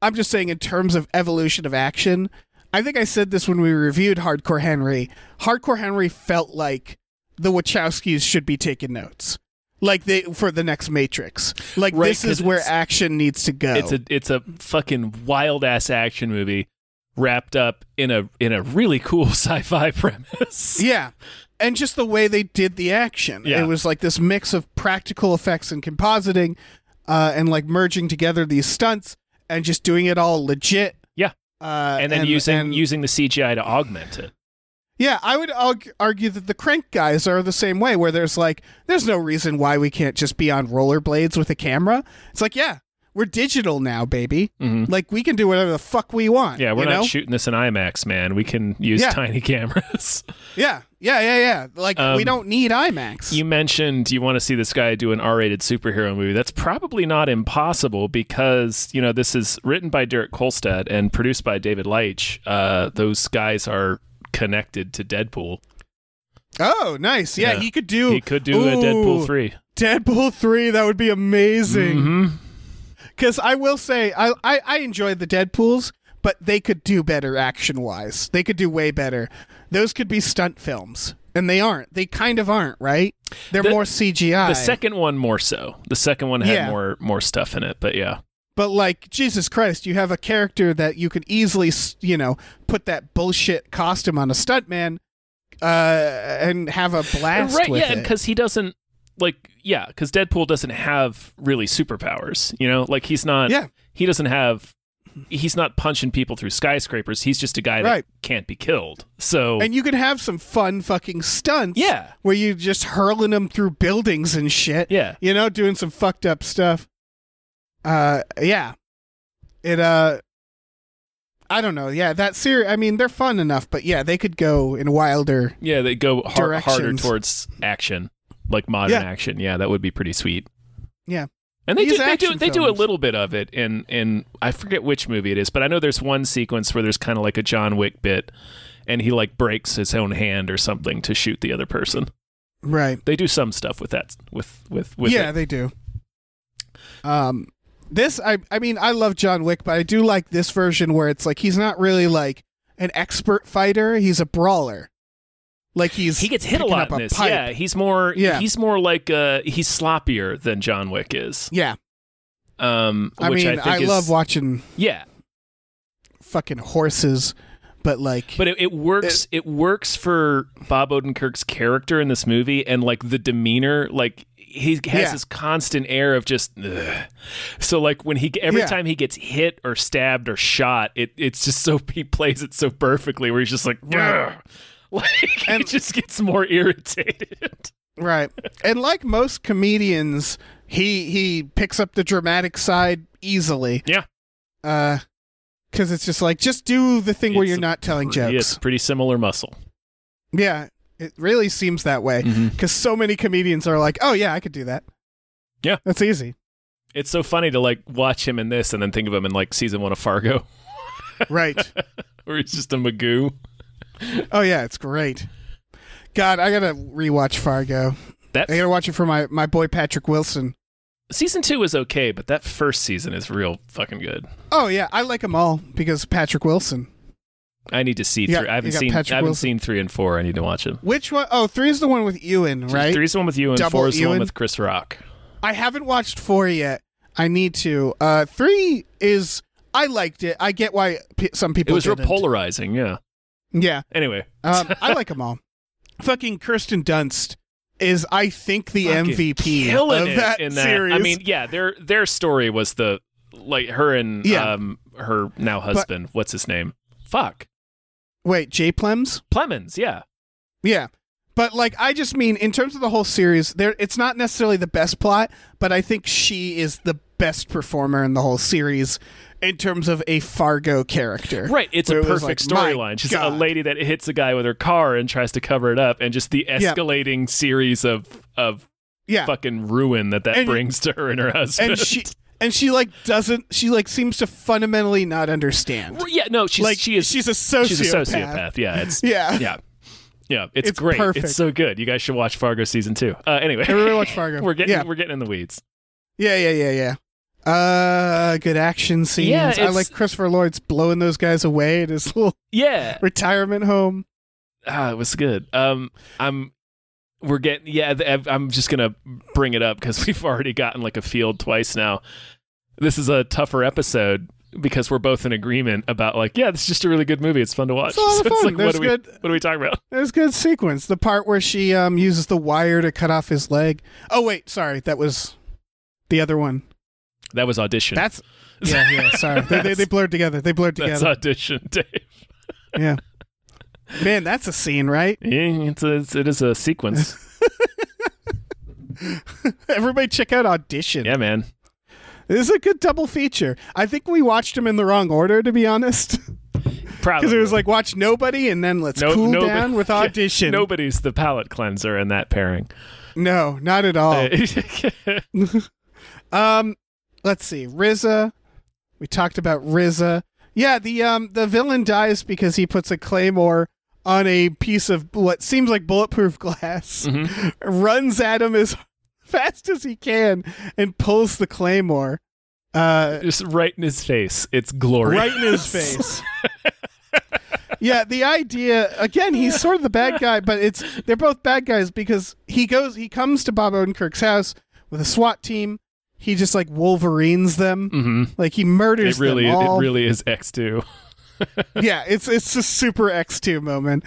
B: I'm just saying, in terms of evolution of action, I think I said this when we reviewed Hardcore Henry. Hardcore Henry felt like the Wachowskis should be taking notes, like they for the next Matrix. Like
A: Right,
B: this
A: 'cause
B: is where
A: it's-
B: action needs to go.
A: it's a it's a fucking wild ass action movie wrapped up in a in a really cool *laughs* sci-fi premise.
B: Yeah. And just the way they did the action.
A: Yeah.
B: It was like this mix of practical effects and compositing uh, and like merging together these stunts and just doing it all legit.
A: *laughs* Yeah.
B: Uh,
A: and then using
B: and-
A: using the CGI to augment it.
B: Yeah, I would arg- argue that the crank guys are the same way, where there's like, there's no reason why we can't just be on rollerblades with a camera. It's like, yeah, we're digital now, baby. Like, we can do whatever the fuck we want.
A: Mm-hmm. Yeah, we're
B: you
A: not
B: know?
A: shooting this in IMAX, man. We can use
B: Yeah.
A: tiny *laughs* cameras.
B: Yeah, yeah, yeah, yeah. Like,
A: Um,
B: we don't need IMAX.
A: You mentioned you want to see this guy do an R-rated superhero movie. That's probably not impossible because you know this is written by Derek Kolstad and produced by David Leitch. Uh, those guys are connected to Deadpool.
B: oh, nice. Yeah,
A: Yeah.
B: he could do.
A: He could do a
B: Ooh.
A: Deadpool three.
B: Deadpool 3, that would be amazing.
A: hmm
B: Because I will say, I, I, I enjoyed the Deadpools, but they could do better action wise. They could do way better. Those could be stunt films, and they aren't. They kind of aren't, right? They're
A: The-
B: more CGI.
A: The second one more so. The second one had
B: Yeah.
A: more more stuff in it, but yeah.
B: but, like, Jesus Christ, you have a character that you could easily, s- you know, put that bullshit costume on a stuntman uh, and have a blast
A: right,
B: with
A: yeah,
B: it.
A: because he doesn't like yeah, because Deadpool doesn't have really superpowers. You know, like he's not.
B: Yeah.
A: he doesn't have. He's not punching people through skyscrapers. He's just a guy that
B: Right.
A: can't be killed. So
B: And you can have some fun fucking stunts.
A: Oh. Yeah.
B: Where you just hurling them through buildings and shit.
A: Yeah.
B: You know, doing some fucked up stuff. Uh yeah. It uh I don't know. Yeah, that series I mean, they're fun enough, but yeah, they could go in wilder.
A: yeah, they go har- harder
B: Directions.
A: towards action, like modern
B: Yeah.
A: action. Yeah, that would be pretty sweet.
B: Yeah.
A: And they
B: These
A: do, they do
B: action
A: they do a
B: films.
A: little bit of it in in I forget which movie it is, but I know there's one sequence where there's kind of like a John Wick bit, and he like breaks his own hand or something to shoot the other person.
B: Right.
A: They do some stuff with that with with with
B: yeah,
A: it.
B: they do. Um this I I mean, I love John Wick, but I do like this version where it's like he's not really like an expert fighter, he's a brawler. Like he's
A: He gets hit a
B: picking
A: lot
B: up
A: in this.
B: pipe.
A: Yeah, he's more
B: Yeah.
A: he's more like uh he's sloppier than John Wick is.
B: Yeah,
A: Um
B: I
A: which
B: mean,
A: I
B: I,
A: think is
B: love watching
A: Yeah.
B: fucking horses, but like,
A: But it, it works. It, works for Bob Odenkirk's character in this movie, and like the demeanor, like he has
B: Yeah.
A: this constant air of just. Ugh. So like when he every
B: Yeah.
A: time he gets hit or stabbed or shot, it it's just so he plays it so perfectly where he's just like,
B: Right.
A: "Ugh." *laughs* like he
B: And-
A: just gets more irritated.
B: right? And like most comedians, he he picks up the dramatic side easily.
A: Yeah.
B: Uh, because it's just like just do the thing where
A: It's
B: you're
A: a
B: not telling
A: He has
B: jokes.
A: pretty similar muscle.
B: Yeah, it really seems that way
A: Mm.
B: because so many comedians are like, oh yeah, I could do that.
A: Yeah. *laughs*
B: that's easy.
A: It's so funny to like watch him in this and then think of him in like season one of Fargo, *laughs*
B: Right.
A: where he's just a Magoo.
B: oh yeah, it's great. God, I gotta rewatch Fargo.
A: That
B: I gotta watch it for my my boy Patrick Wilson.
A: season two is okay, but that first season is real fucking good.
B: Oh yeah, I like them all because Patrick Wilson.
A: I need to see
B: You got-
A: three. I haven't
B: you got
A: seen.
B: Patrick
A: I haven't
B: Wilson.
A: seen three and four. I need to watch them.
B: Which one oh three is the one with Ewan, right?
A: Three's the one with you, and
B: Double
A: four's the one
B: Ewan.
A: with Chris Rock.
B: I haven't watched four yet. I need to. Uh, three is I liked it. I get why p- some
A: It
B: people.
A: was real
B: didn't.
A: polarizing. Yeah.
B: Yeah,
A: Anyway,
B: um, I like them all. Fucking Kirsten Dunst is, I think, the
A: Fucking
B: MVP
A: killing
B: of
A: it
B: that,
A: in
B: series.
A: I mean, yeah, their their story was the like her and
B: Yeah.
A: um her now husband. what's his name? Fuck
B: wait, J Plems?
A: Plemons. Yeah.
B: Yeah. But like I just mean in terms of the whole series, there it's not necessarily the best plot, but I think she is the best performer in the whole series in terms of a Fargo *laughs* character.
A: Right, it's
B: Where
A: a
B: it was
A: perfect
B: like, my
A: storyline. She's a
B: God.
A: lady that hits a guy with her car and tries to cover it up, and just the
B: Yeah.
A: escalating series of of
B: Yeah.
A: fucking ruin that that
B: And-
A: brings to her and her husband. *laughs*
B: and she and she like doesn't she like seems to fundamentally not understand.
A: yeah, no, she's
B: Like,
A: she is
B: she's a
A: She's a
B: sociopath.
A: sociopath. Yeah,
B: *laughs*
A: it's
B: Yeah.
A: yeah, yeah. It's,
B: It's
A: great.
B: perfect.
A: It's so good. You guys should watch Fargo season two. Uh, anyway,
B: Everybody
A: *laughs*
B: watch Fargo.
A: we're getting
B: yeah.
A: we're getting in the weeds.
B: yeah, yeah, yeah, yeah. Uh, good action scenes.
A: Yeah,
B: I
A: it's-
B: like Christopher Lloyd's blowing those guys away at his little *laughs*
A: Yeah,
B: retirement home.
A: ah, it was good. Um, I'm we're getting yeah. th- I'm just gonna bring it up because *laughs* we've already gotten like a field twice now. This is a tougher episode because we're both in agreement about like yeah, this is just a really good movie. It's fun to watch.
B: It's
A: *laughs*
B: a lot of
A: it's
B: fun.
A: like what
B: There's
A: are we
B: good-
A: what are we talking about?
B: There's a good sequence. The part where she um uses the wire to cut off his leg. Oh wait, sorry, that was the other one.
A: That was audition.
B: That's yeah, yeah. Sorry, they, they, they blurred together. They
A: *laughs*
B: blurred
A: That's
B: together.
A: audition, *laughs* Dave.
B: yeah, man, that's a scene, right? *laughs*
A: Yeah, Eh, it's a, it's, it is a sequence.
B: Everybody, check out audition.
A: yeah, man.
B: This is a good double feature. I think we watched them in the wrong order, to be honest,
A: Probably
B: *laughs* because it was like watch nobody and then let's
A: No-
B: cool
A: nobo- *laughs*
B: down with audition.
A: nobody's the palate cleanser in that pairing.
B: No, not at
A: Uh, *laughs*
B: all. Um, let's see, Riza. We talked about Riza. Yeah, the um the villain dies because he puts a claymore on a piece of what seems like bulletproof *laughs* glass, runs at him as *laughs* fast as he can, and pulls the claymore uh,
A: Just right in his face. It's glorious.
B: right
A: *laughs*
B: in his face. yeah, the idea again, he's sort of the bad guy, but it's they're both bad guys because he goes he comes to Bob Odenkirk's house with a SWAT team. He just like Wolverines them.
A: hmm
B: Like he murders
A: It really,
B: them all.
A: it really is X two. *laughs*
B: yeah, it's it's a super X two moment.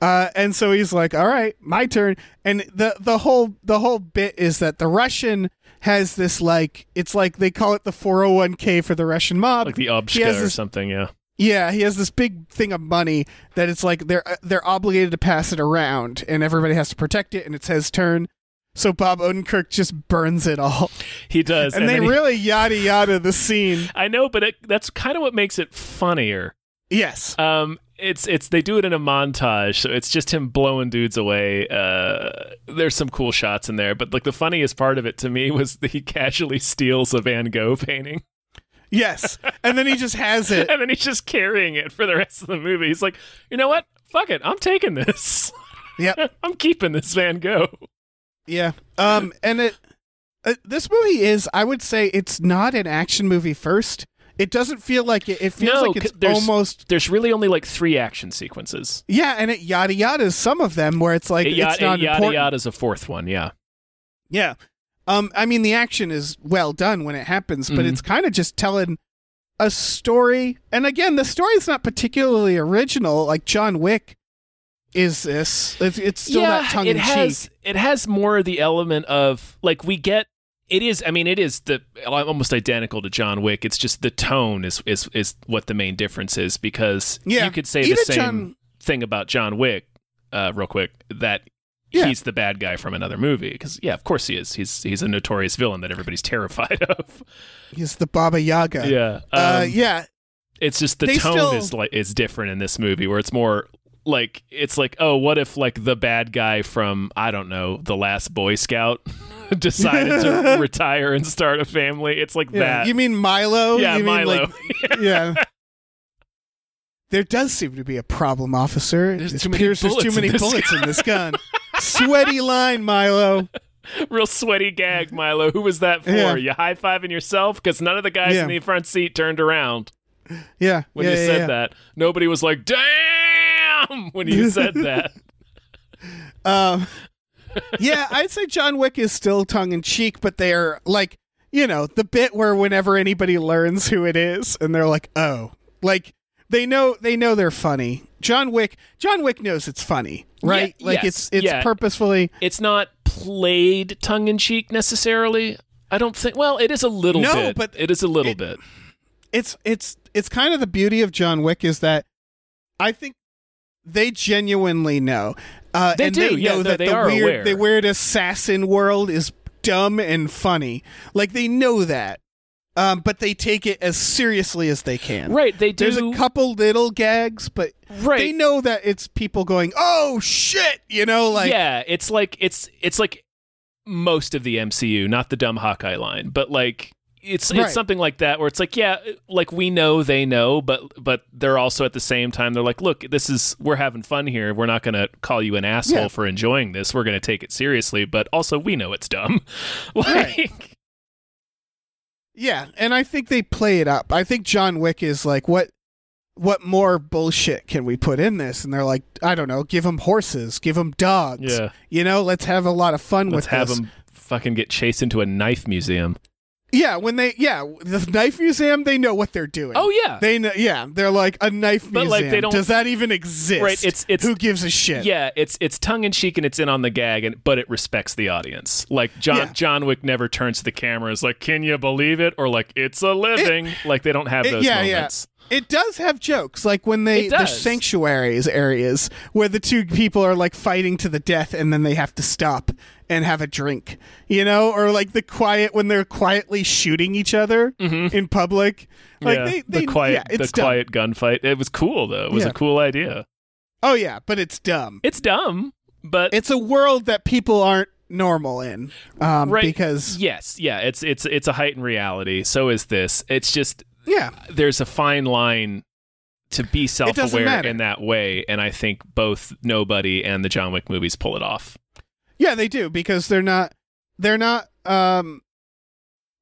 B: Uh, and so he's like, "All right, my turn." And the the whole the whole bit is that the Russian has this like it's like they call it the 401k for the Russian mob,
A: Like the
B: He has
A: Obshka or
B: this-
A: something, yeah.
B: Yeah, he has this big thing of money that it's like they're uh, they're obligated to pass it around, and everybody has to protect it, and it's his turn. So Bob Odenkirk just burns it all,
A: He does.
B: and, they
A: then he-
B: really yada yada the scene.
A: I know, but it, that's kind of what makes it funnier.
B: Yes,
A: Um, it's it's they do it in a montage, so it's just him blowing dudes away. Uh, there's some cool shots in there, but like the funniest part of it to me was that he casually steals a Van Gogh painting.
B: *laughs* yes, and then he just
A: *laughs*
B: has it.
A: and then he's just carrying it for the rest of the movie. He's like, you know what? Fuck it. I'm taking this. *laughs*
B: Yep.
A: I'm keeping this Van Gogh.
B: Yeah. Um, and it uh, this movie is, I would say, it's not an action movie first. It doesn't feel like it. It feels
A: No,
B: like it's
A: c- there's-
B: almost
A: There's really only like three action sequences.
B: yeah, and it yada yadas some of them where it's like
A: It ya-
B: it's not
A: it yada
B: important.
A: yada's a fourth one. Yeah.
B: Yeah. Um, I mean, the action is well done when it happens, but
A: Mhm.
B: it's kind of just telling a story. And again, the story's not particularly original. Like John Wick is this. It's, it's still
A: yeah,
B: that tongue
A: it
B: in
A: has
B: cheek.
A: it has more of the element of like we get it is I mean it is the almost identical to John Wick. It's just the tone is is is what the main difference is because
B: Yeah.
A: you could say the
B: Even
A: same
B: John-
A: thing about John Wick uh, real quick that
B: Yeah.
A: he's the bad guy from another movie because yeah of course he is he's he's a notorious villain that everybody's *laughs* terrified of
B: He's the Baba Yaga.
A: yeah
B: Uh,
A: Um,
B: yeah.
A: it's just the
B: They
A: tone
B: still-
A: is like is different in this movie where it's more like it's like oh what if like the bad guy from I don't know the last Boy Scout *laughs* decided
B: *laughs*
A: to retire and start a family. It's like
B: Yeah.
A: that.
B: You mean Milo?
A: yeah,
B: you mean,
A: Milo.
B: Like, *laughs* yeah. There does seem to be a problem, officer.
A: There's
B: It
A: too many
B: appears there's
A: bullets
B: too
A: in
B: many
A: this
B: bullets in this gun. Sweaty line, Milo.
A: *laughs* Real sweaty gag, Milo. Who was that for?
B: Yeah.
A: You high fiving yourself because none of the guys
B: Yeah.
A: in the front seat turned around
B: Yeah.
A: when
B: yeah,
A: you
B: yeah,
A: said
B: yeah.
A: that. Nobody was like, "Damn!" *laughs* when you said that.
B: Um, yeah, I'd say John Wick is still tongue in cheek, but they're like, you know, the bit where whenever anybody learns who it is, and they're like, oh, like they know they know they're funny. John Wick, John Wick knows it's funny, right?
A: Yeah,
B: like
A: yes,
B: it's it's
A: yeah.
B: purposefully.
A: It's not played tongue in cheek necessarily. I don't think. Well, it is a little
B: No,
A: bit.
B: but
A: it is a little
B: it-
A: bit.
B: It's it's it's kind of the beauty of John Wick is that I think they genuinely know. Uh,
A: They
B: and
A: do,
B: They
A: yeah,
B: know
A: no,
B: that
A: they
B: the
A: are
B: weird,
A: aware.
B: the weird assassin world is dumb and funny. Like they know that, um, but they take it as seriously as they can.
A: Right, they do.
B: There's a couple little gags, but
A: Right.
B: they know that it's people going, "Oh shit," you know, like
A: yeah, it's like it's it's like most of the MCU, not the dumb Hawkeye line, but like it's
B: Right.
A: it's something like that where it's like yeah, like we know they know, but but they're also at the same time they're like, look, this is we're having fun here. We're not going to call you an asshole
B: Yeah.
A: for enjoying this. We're going to take it seriously, but also we know it's dumb. *laughs* like
B: Yeah, and I think they play it up. I think John Wick is like, what, what more bullshit can we put in this? And they're like, I don't know, give them horses, give them dogs.
A: Yeah.
B: you know, let's have a lot of fun
A: let's
B: with
A: have
B: this.
A: them fucking get chased into a knife museum.
B: Yeah, when they yeah the knife museum, they know what they're doing.
A: Oh, yeah.
B: they know. Yeah, they're like a knife
A: But,
B: museum.
A: like, they don't-
B: Does that even exist?
A: Right, it's- it's-
B: who gives a shit.
A: Yeah, it's it's tongue in cheek and it's in on the gag, and but it respects the audience. Like John
B: Yeah.
A: John Wick never turns to the camera. Is like, can you believe it? Or like, it's a living. like they don't have
B: It-
A: those
B: yeah,
A: moments.
B: yeah. It does have jokes, like when they
A: It
B: the
A: does.
B: sanctuaries areas where the two people are like fighting to the death, and then they have to stop and have a drink, you know, or like the quiet when they're quietly shooting each other in
A: *laughs*
B: public. Like
A: Mm-hmm. Yeah,
B: they, they,
A: the quiet,
B: yeah, it's
A: the
B: dumb.
A: quiet gunfight. It was cool though. It was
B: Yeah.
A: a cool idea.
B: Oh yeah, but it's dumb.
A: It's dumb, but
B: It's a world that people aren't normal in, um,
A: right
B: because
A: yes, yeah, it's it's it's a heightened reality. So is this. It's just
B: yeah,
A: there's a fine line to be
B: doesn't
A: self-aware
B: matter.
A: in that way, and I think both Nobody and the John Wick movies pull it off.
B: Yeah, they do because they're not they're not um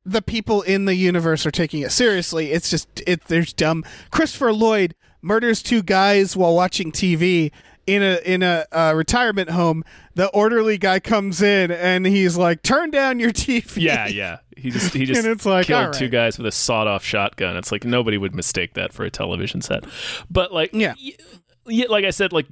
B: the people in the universe are taking it seriously. It's just it there's dumb Christopher Lloyd murders two guys while watching TV in a in a uh, retirement home. The orderly guy comes in and he's like, "Turn down your *laughs* TV."
A: Yeah, yeah. He just he just
B: And it's like,
A: killed
B: all right.
A: two guys with a sawed-off shotgun. It's like nobody would mistake that for a television set. But like
B: Yeah.
A: y- yeah, like I said, like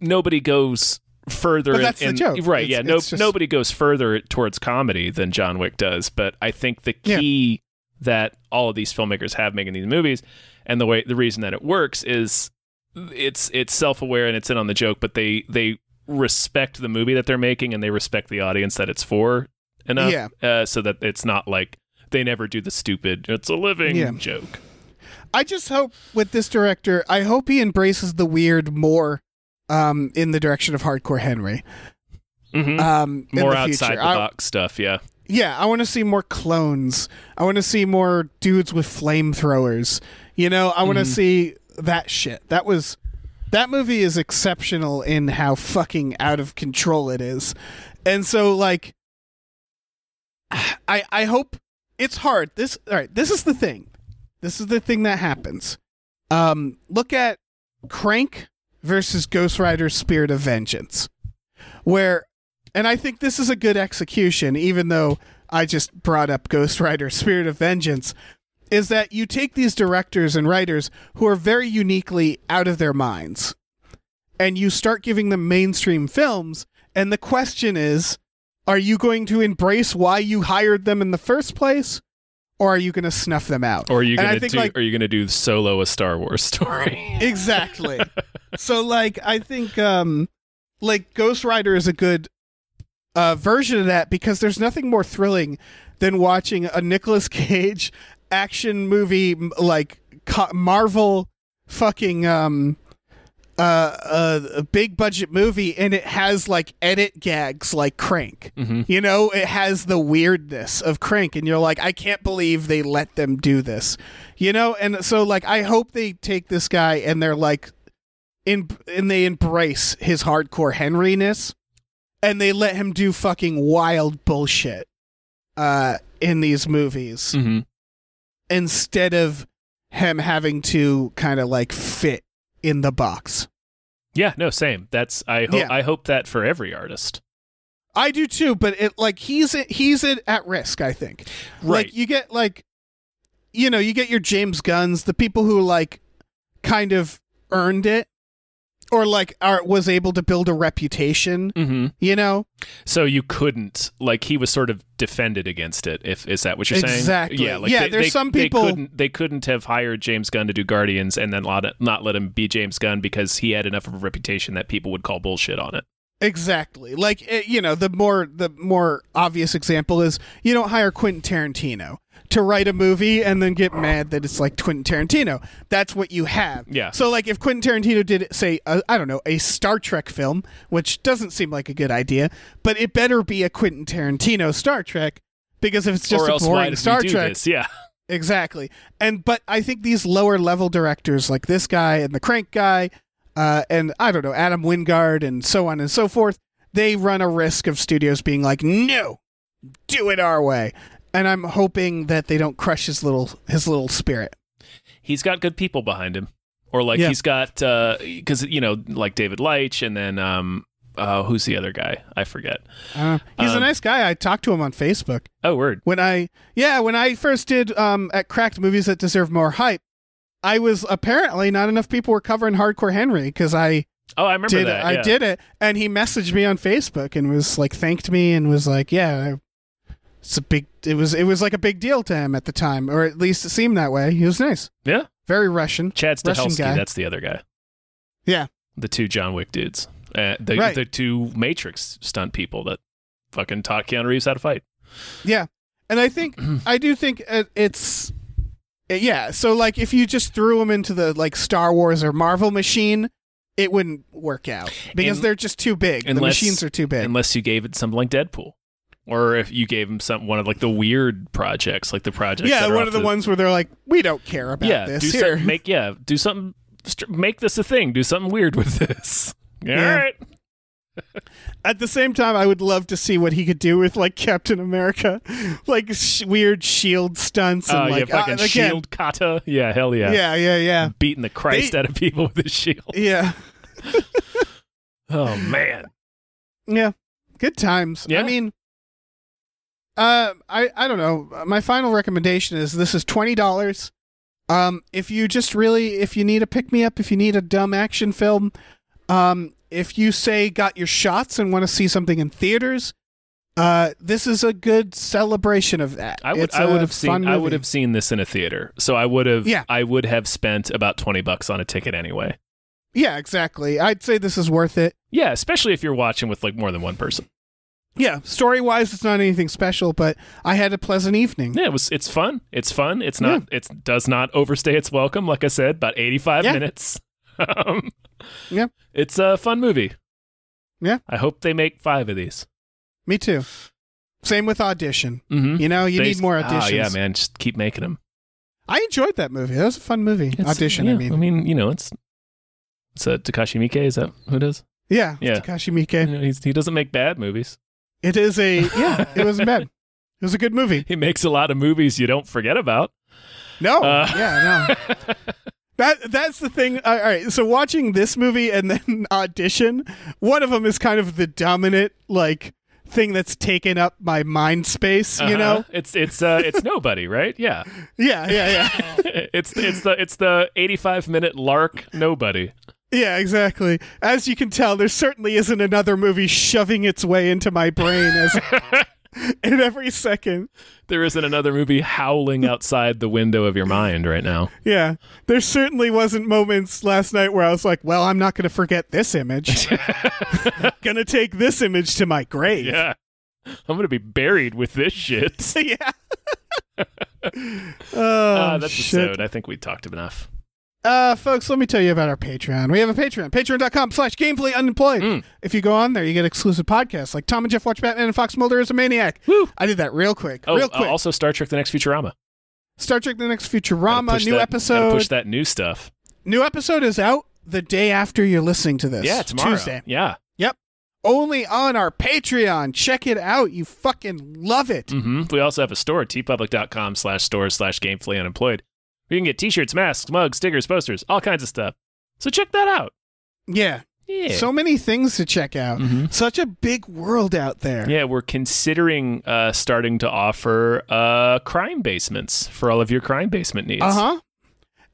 A: nobody goes further.
B: But
A: in-
B: that's the
A: in-
B: joke.
A: right?
B: It's-
A: yeah, no,
B: it's just-
A: nobody goes further towards comedy than John Wick does. But I think the
B: Yeah.
A: key that all of these filmmakers have making these movies, and the way the reason that it works is it's it's self-aware and it's in on the joke, but they they respect the movie that they're making and they respect the audience that it's for enough
B: Yeah.
A: uh, so that it's not like they never do the stupid it's a living
B: Yeah.
A: joke
B: I just hope with this director, I hope he embraces the weird more um in the direction of
A: *laughs*
B: hardcore Henry.
A: Mhm.
B: Um in
A: more
B: the
A: outside
B: future.
A: the
B: I-
A: box stuff yeah
B: Yeah, I want to see more clones. I want to see more dudes with flamethrowers. You know, I want to see that shit. That was that movie is exceptional in how fucking out of control it is. And so like *sighs* I I hope it's hard. This all right, this is the thing. This is the thing that happens. Um look at Crank versus Ghost Rider Spirit of Vengeance. Where and I think this is a good execution, even though I just brought up Ghost Rider Spirit of Vengeance, is that you take these directors and writers who are very uniquely out of their minds and you start giving them mainstream films. And the question is are you going to embrace why you hired them in the first place? Or are you going to snuff them out?
A: or are you
B: And I
A: gonna
B: think,
A: do
B: like,
A: are you gonna do solo a star wars story
B: exactly so like i think um like ghost rider is a good uh version of that because there's nothing more thrilling than watching a Nicolas cage action movie m- like co- marvel fucking um uh, uh, a big budget movie and it has like edit gags like crank you know it has the weirdness of crank and you're like i can't believe they let them do this you know and so like i hope they take this guy and they're like in and they embrace his hardcore henryness and they let him do fucking wild bullshit uh in these movies
A: *laughs* mm-hmm.
B: instead of him having to kind of like fit in the box
A: yeah no same that's i hope
B: Yeah.
A: i hope that for every artist
B: I do too, but it like he's he's at, at risk. I think.
A: Right.
B: Like you get like, you know, you get your James Guns, the people who like, kind of earned it, or like are was able to build a reputation.
A: mm-hmm.
B: You know.
A: so you couldn't like he was sort of defended against it if is that what you're
B: Exactly.
A: saying yeah like
B: Yeah,
A: they-
B: there's
A: they-
B: some
A: they
B: people-
A: couldn't, they couldn't have hired james gunn to do guardians and then lot- not let him be james gunn because he had enough of a reputation that people would call bullshit on it
B: Exactly. Like eh, it, you know, the more the more obvious example is you don't hire Quentin Tarantino to write a movie and then get mad that it's like Quentin Tarantino. That's what you have.
A: Yeah.
B: So like if Quentin Tarantino did say I I don't know a Star Trek film, which doesn't seem like a good idea, but it better be a Quentin Tarantino Star Trek because if it's just
A: or
B: a
A: else why
B: boring
A: did
B: Star
A: we do
B: Trek,
A: this? Yeah. *laughs*
B: Exactly. And but I think these lower level directors like this guy and the crank guy, uh, and I don't know, Adam Wingard and so on and so forth, they run a risk of studios being like, No, do it our way. And I'm hoping that they don't crush his little his little spirit.
A: he's got good people behind him, or like
B: Yeah.
A: he's got because you know like David Leitch and then um uh, who's the other guy? I forget.
B: Uh, he's a
A: Um,
B: nice guy. I talked to him on Facebook.
A: Oh, word.
B: when I yeah when I first did um at cracked movies that deserve more hype, I was apparently not enough people were covering Hardcore Henry because I
A: Oh, I remember
B: did
A: that.
B: I
A: yeah.
B: did it, and he messaged me on Facebook and was like thanked me and was like yeah. I- It's a big. It was. It was like a big deal to him at the time, or at least it seemed that way. He was nice,
A: Yeah,
B: very Russian.
A: Chad
B: Russian
A: Stahelski.
B: guy.
A: That's the other guy.
B: Yeah.
A: the two John Wick dudes, uh, the
B: Right.
A: the two Matrix stunt people that fucking taught Keanu Reeves how to fight.
B: Yeah, and
A: *clears throat*
B: I think I do think it- it's uh, yeah. So like, if you just threw them into the like Star Wars or Marvel machine, it wouldn't work out because
A: Un-
B: they're just too big. the
A: unless-
B: machines are too big.
A: Unless you gave it something like Deadpool, or if you gave him some one of like the weird projects, like the projects.
B: yeah,
A: that are
B: one
A: off
B: of the
A: the
B: ones where they're like, we don't care about
A: yeah,
B: this
A: do
B: here.
A: Some, make yeah, do something. str- Make this a thing. Do something weird with this. *laughs* All right.
B: Yeah. At the same time, I would love to see what he could do with like Captain America, like sh- weird shield stunts and
A: Oh,
B: like
A: yeah, fucking
B: uh, again-
A: shield kata. Yeah, hell yeah.
B: Yeah, yeah, yeah,
A: Beating the Christ
B: They-
A: out of people with his shield. *laughs*
B: yeah,
A: Oh man.
B: yeah. Good times.
A: Yeah.
B: I mean, Uh, I I don't know. My final recommendation is this is twenty dollars. Um, if you just really, if you need a pick me up, if you need a dumb action film, um, if you say got your shots and want to see something in theaters, uh, this is a good celebration of that.
A: I would
B: It's
A: I would
B: a
A: have
B: fun
A: seen I would
B: movie.
A: have seen this in a theater. So I would have
B: Yeah.
A: I would have spent about 20 bucks on a ticket anyway.
B: Yeah, exactly. I'd say this is worth it.
A: Yeah, especially if you're watching with like more than one person.
B: Yeah, story wise, it's not anything special, but I had a pleasant evening.
A: Yeah, it was it's fun. It's fun. It's not it's it does not overstay its welcome like I said, about 85
B: Yeah.
A: minutes. *laughs* um,
B: Yeah.
A: It's a fun movie.
B: Yeah.
A: I hope they make 5 of these.
B: Me too. Same with audition.
A: Mhm.
B: You know, you
A: They-
B: need more auditions.
A: Oh, yeah, man, just keep making them.
B: I enjoyed that movie. That was a fun movie.
A: It's-
B: Audition, I
A: yeah,
B: mean.
A: I mean, you know, it's it's uh, Takashi Miike. Is that who does?
B: yeah,
A: Yeah.
B: Takashi Miike.
A: You know, he's, he doesn't make bad movies.
B: It is a yeah, it was bad. It was a good movie.
A: *laughs* He makes a lot of movies you don't forget about.
B: No.
A: Uh.
B: Yeah, no.
A: *laughs*
B: That that's the thing. All right, so watching this movie and then *laughs* audition, one of them is kind of the dominant like thing that's taken up my mind space, you
A: Uh-huh.
B: know?
A: it's it's uh,
B: *laughs*
A: it's nobody, right? Yeah, *laughs*
B: Yeah, yeah, yeah. *laughs*
A: it's it's the it's the eighty-five minute lark nobody.
B: Yeah, exactly. As you can tell, there certainly isn't another movie shoving its way into my brain
A: *laughs*
B: as *laughs* in every second.
A: There isn't another movie howling outside the window of your mind right
B: *laughs*
A: now.
B: Yeah. There certainly wasn't moments last night where I was like, well, I'm not going to forget
A: *laughs*
B: this image. going to take this image to my grave.
A: Yeah, *laughs* I'm gonna be buried with this shit. *laughs*
B: *laughs* Yeah. *laughs* oh,
A: Uh, that's
B: shit.
A: episode. I think we talked enough.
B: Uh, folks, let me tell you about our Patreon. We have a Patreon, patreon.com slash gamefully unemployed.
A: Hmm.
B: If you go on there, you get exclusive podcasts like Tom and Jeff Watch Batman and Fox Mulder is a Maniac.
A: Woo.
B: I did that real quick.
A: Oh,
B: real
A: uh,
B: quick.
A: also Star Trek: The Next Futurama.
B: Star Trek The Next
A: Gotta
B: Futurama,
A: push
B: new
A: that- gotta
B: episode.
A: Push that new stuff.
B: New episode is out the day after you're listening to this.
A: Yeah, tomorrow.
B: Tuesday.
A: Yeah.
B: Yep. Only on our Patreon. Check it out. You fucking love it.
A: hmm We also have a store, tpublic.com slash stores slash gamefully unemployed. where You can get t-shirts, masks, mugs, stickers, posters, all kinds of stuff. So check that out.
B: Yeah.
A: Yeah. Mm-hmm.
B: So many things to check out. Such a big world out there.
A: yeah, we're considering uh, starting to offer uh, crime basements for all of your crime basement needs.
B: Uh huh.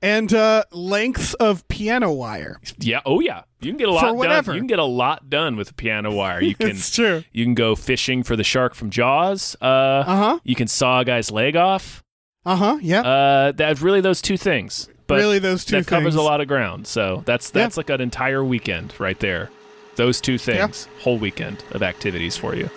B: And uh, lengths of piano wire.
A: Yeah. Oh, yeah. You can get a lot
B: whatever.
A: done. You can get a lot done with a piano wire.
B: *laughs*
A: You can.
B: it's true.
A: you can go fishing for the shark from Jaws. Uh
B: Uh-huh.
A: You can saw a guy's leg off.
B: Uh huh. Yeah.
A: Uh, that's really those two things. But
B: Really those two
A: that covers a
B: things.
A: lot of ground. So that's
B: Yeah.
A: that's like an entire weekend right there. Those two things, whole weekend of activities for you.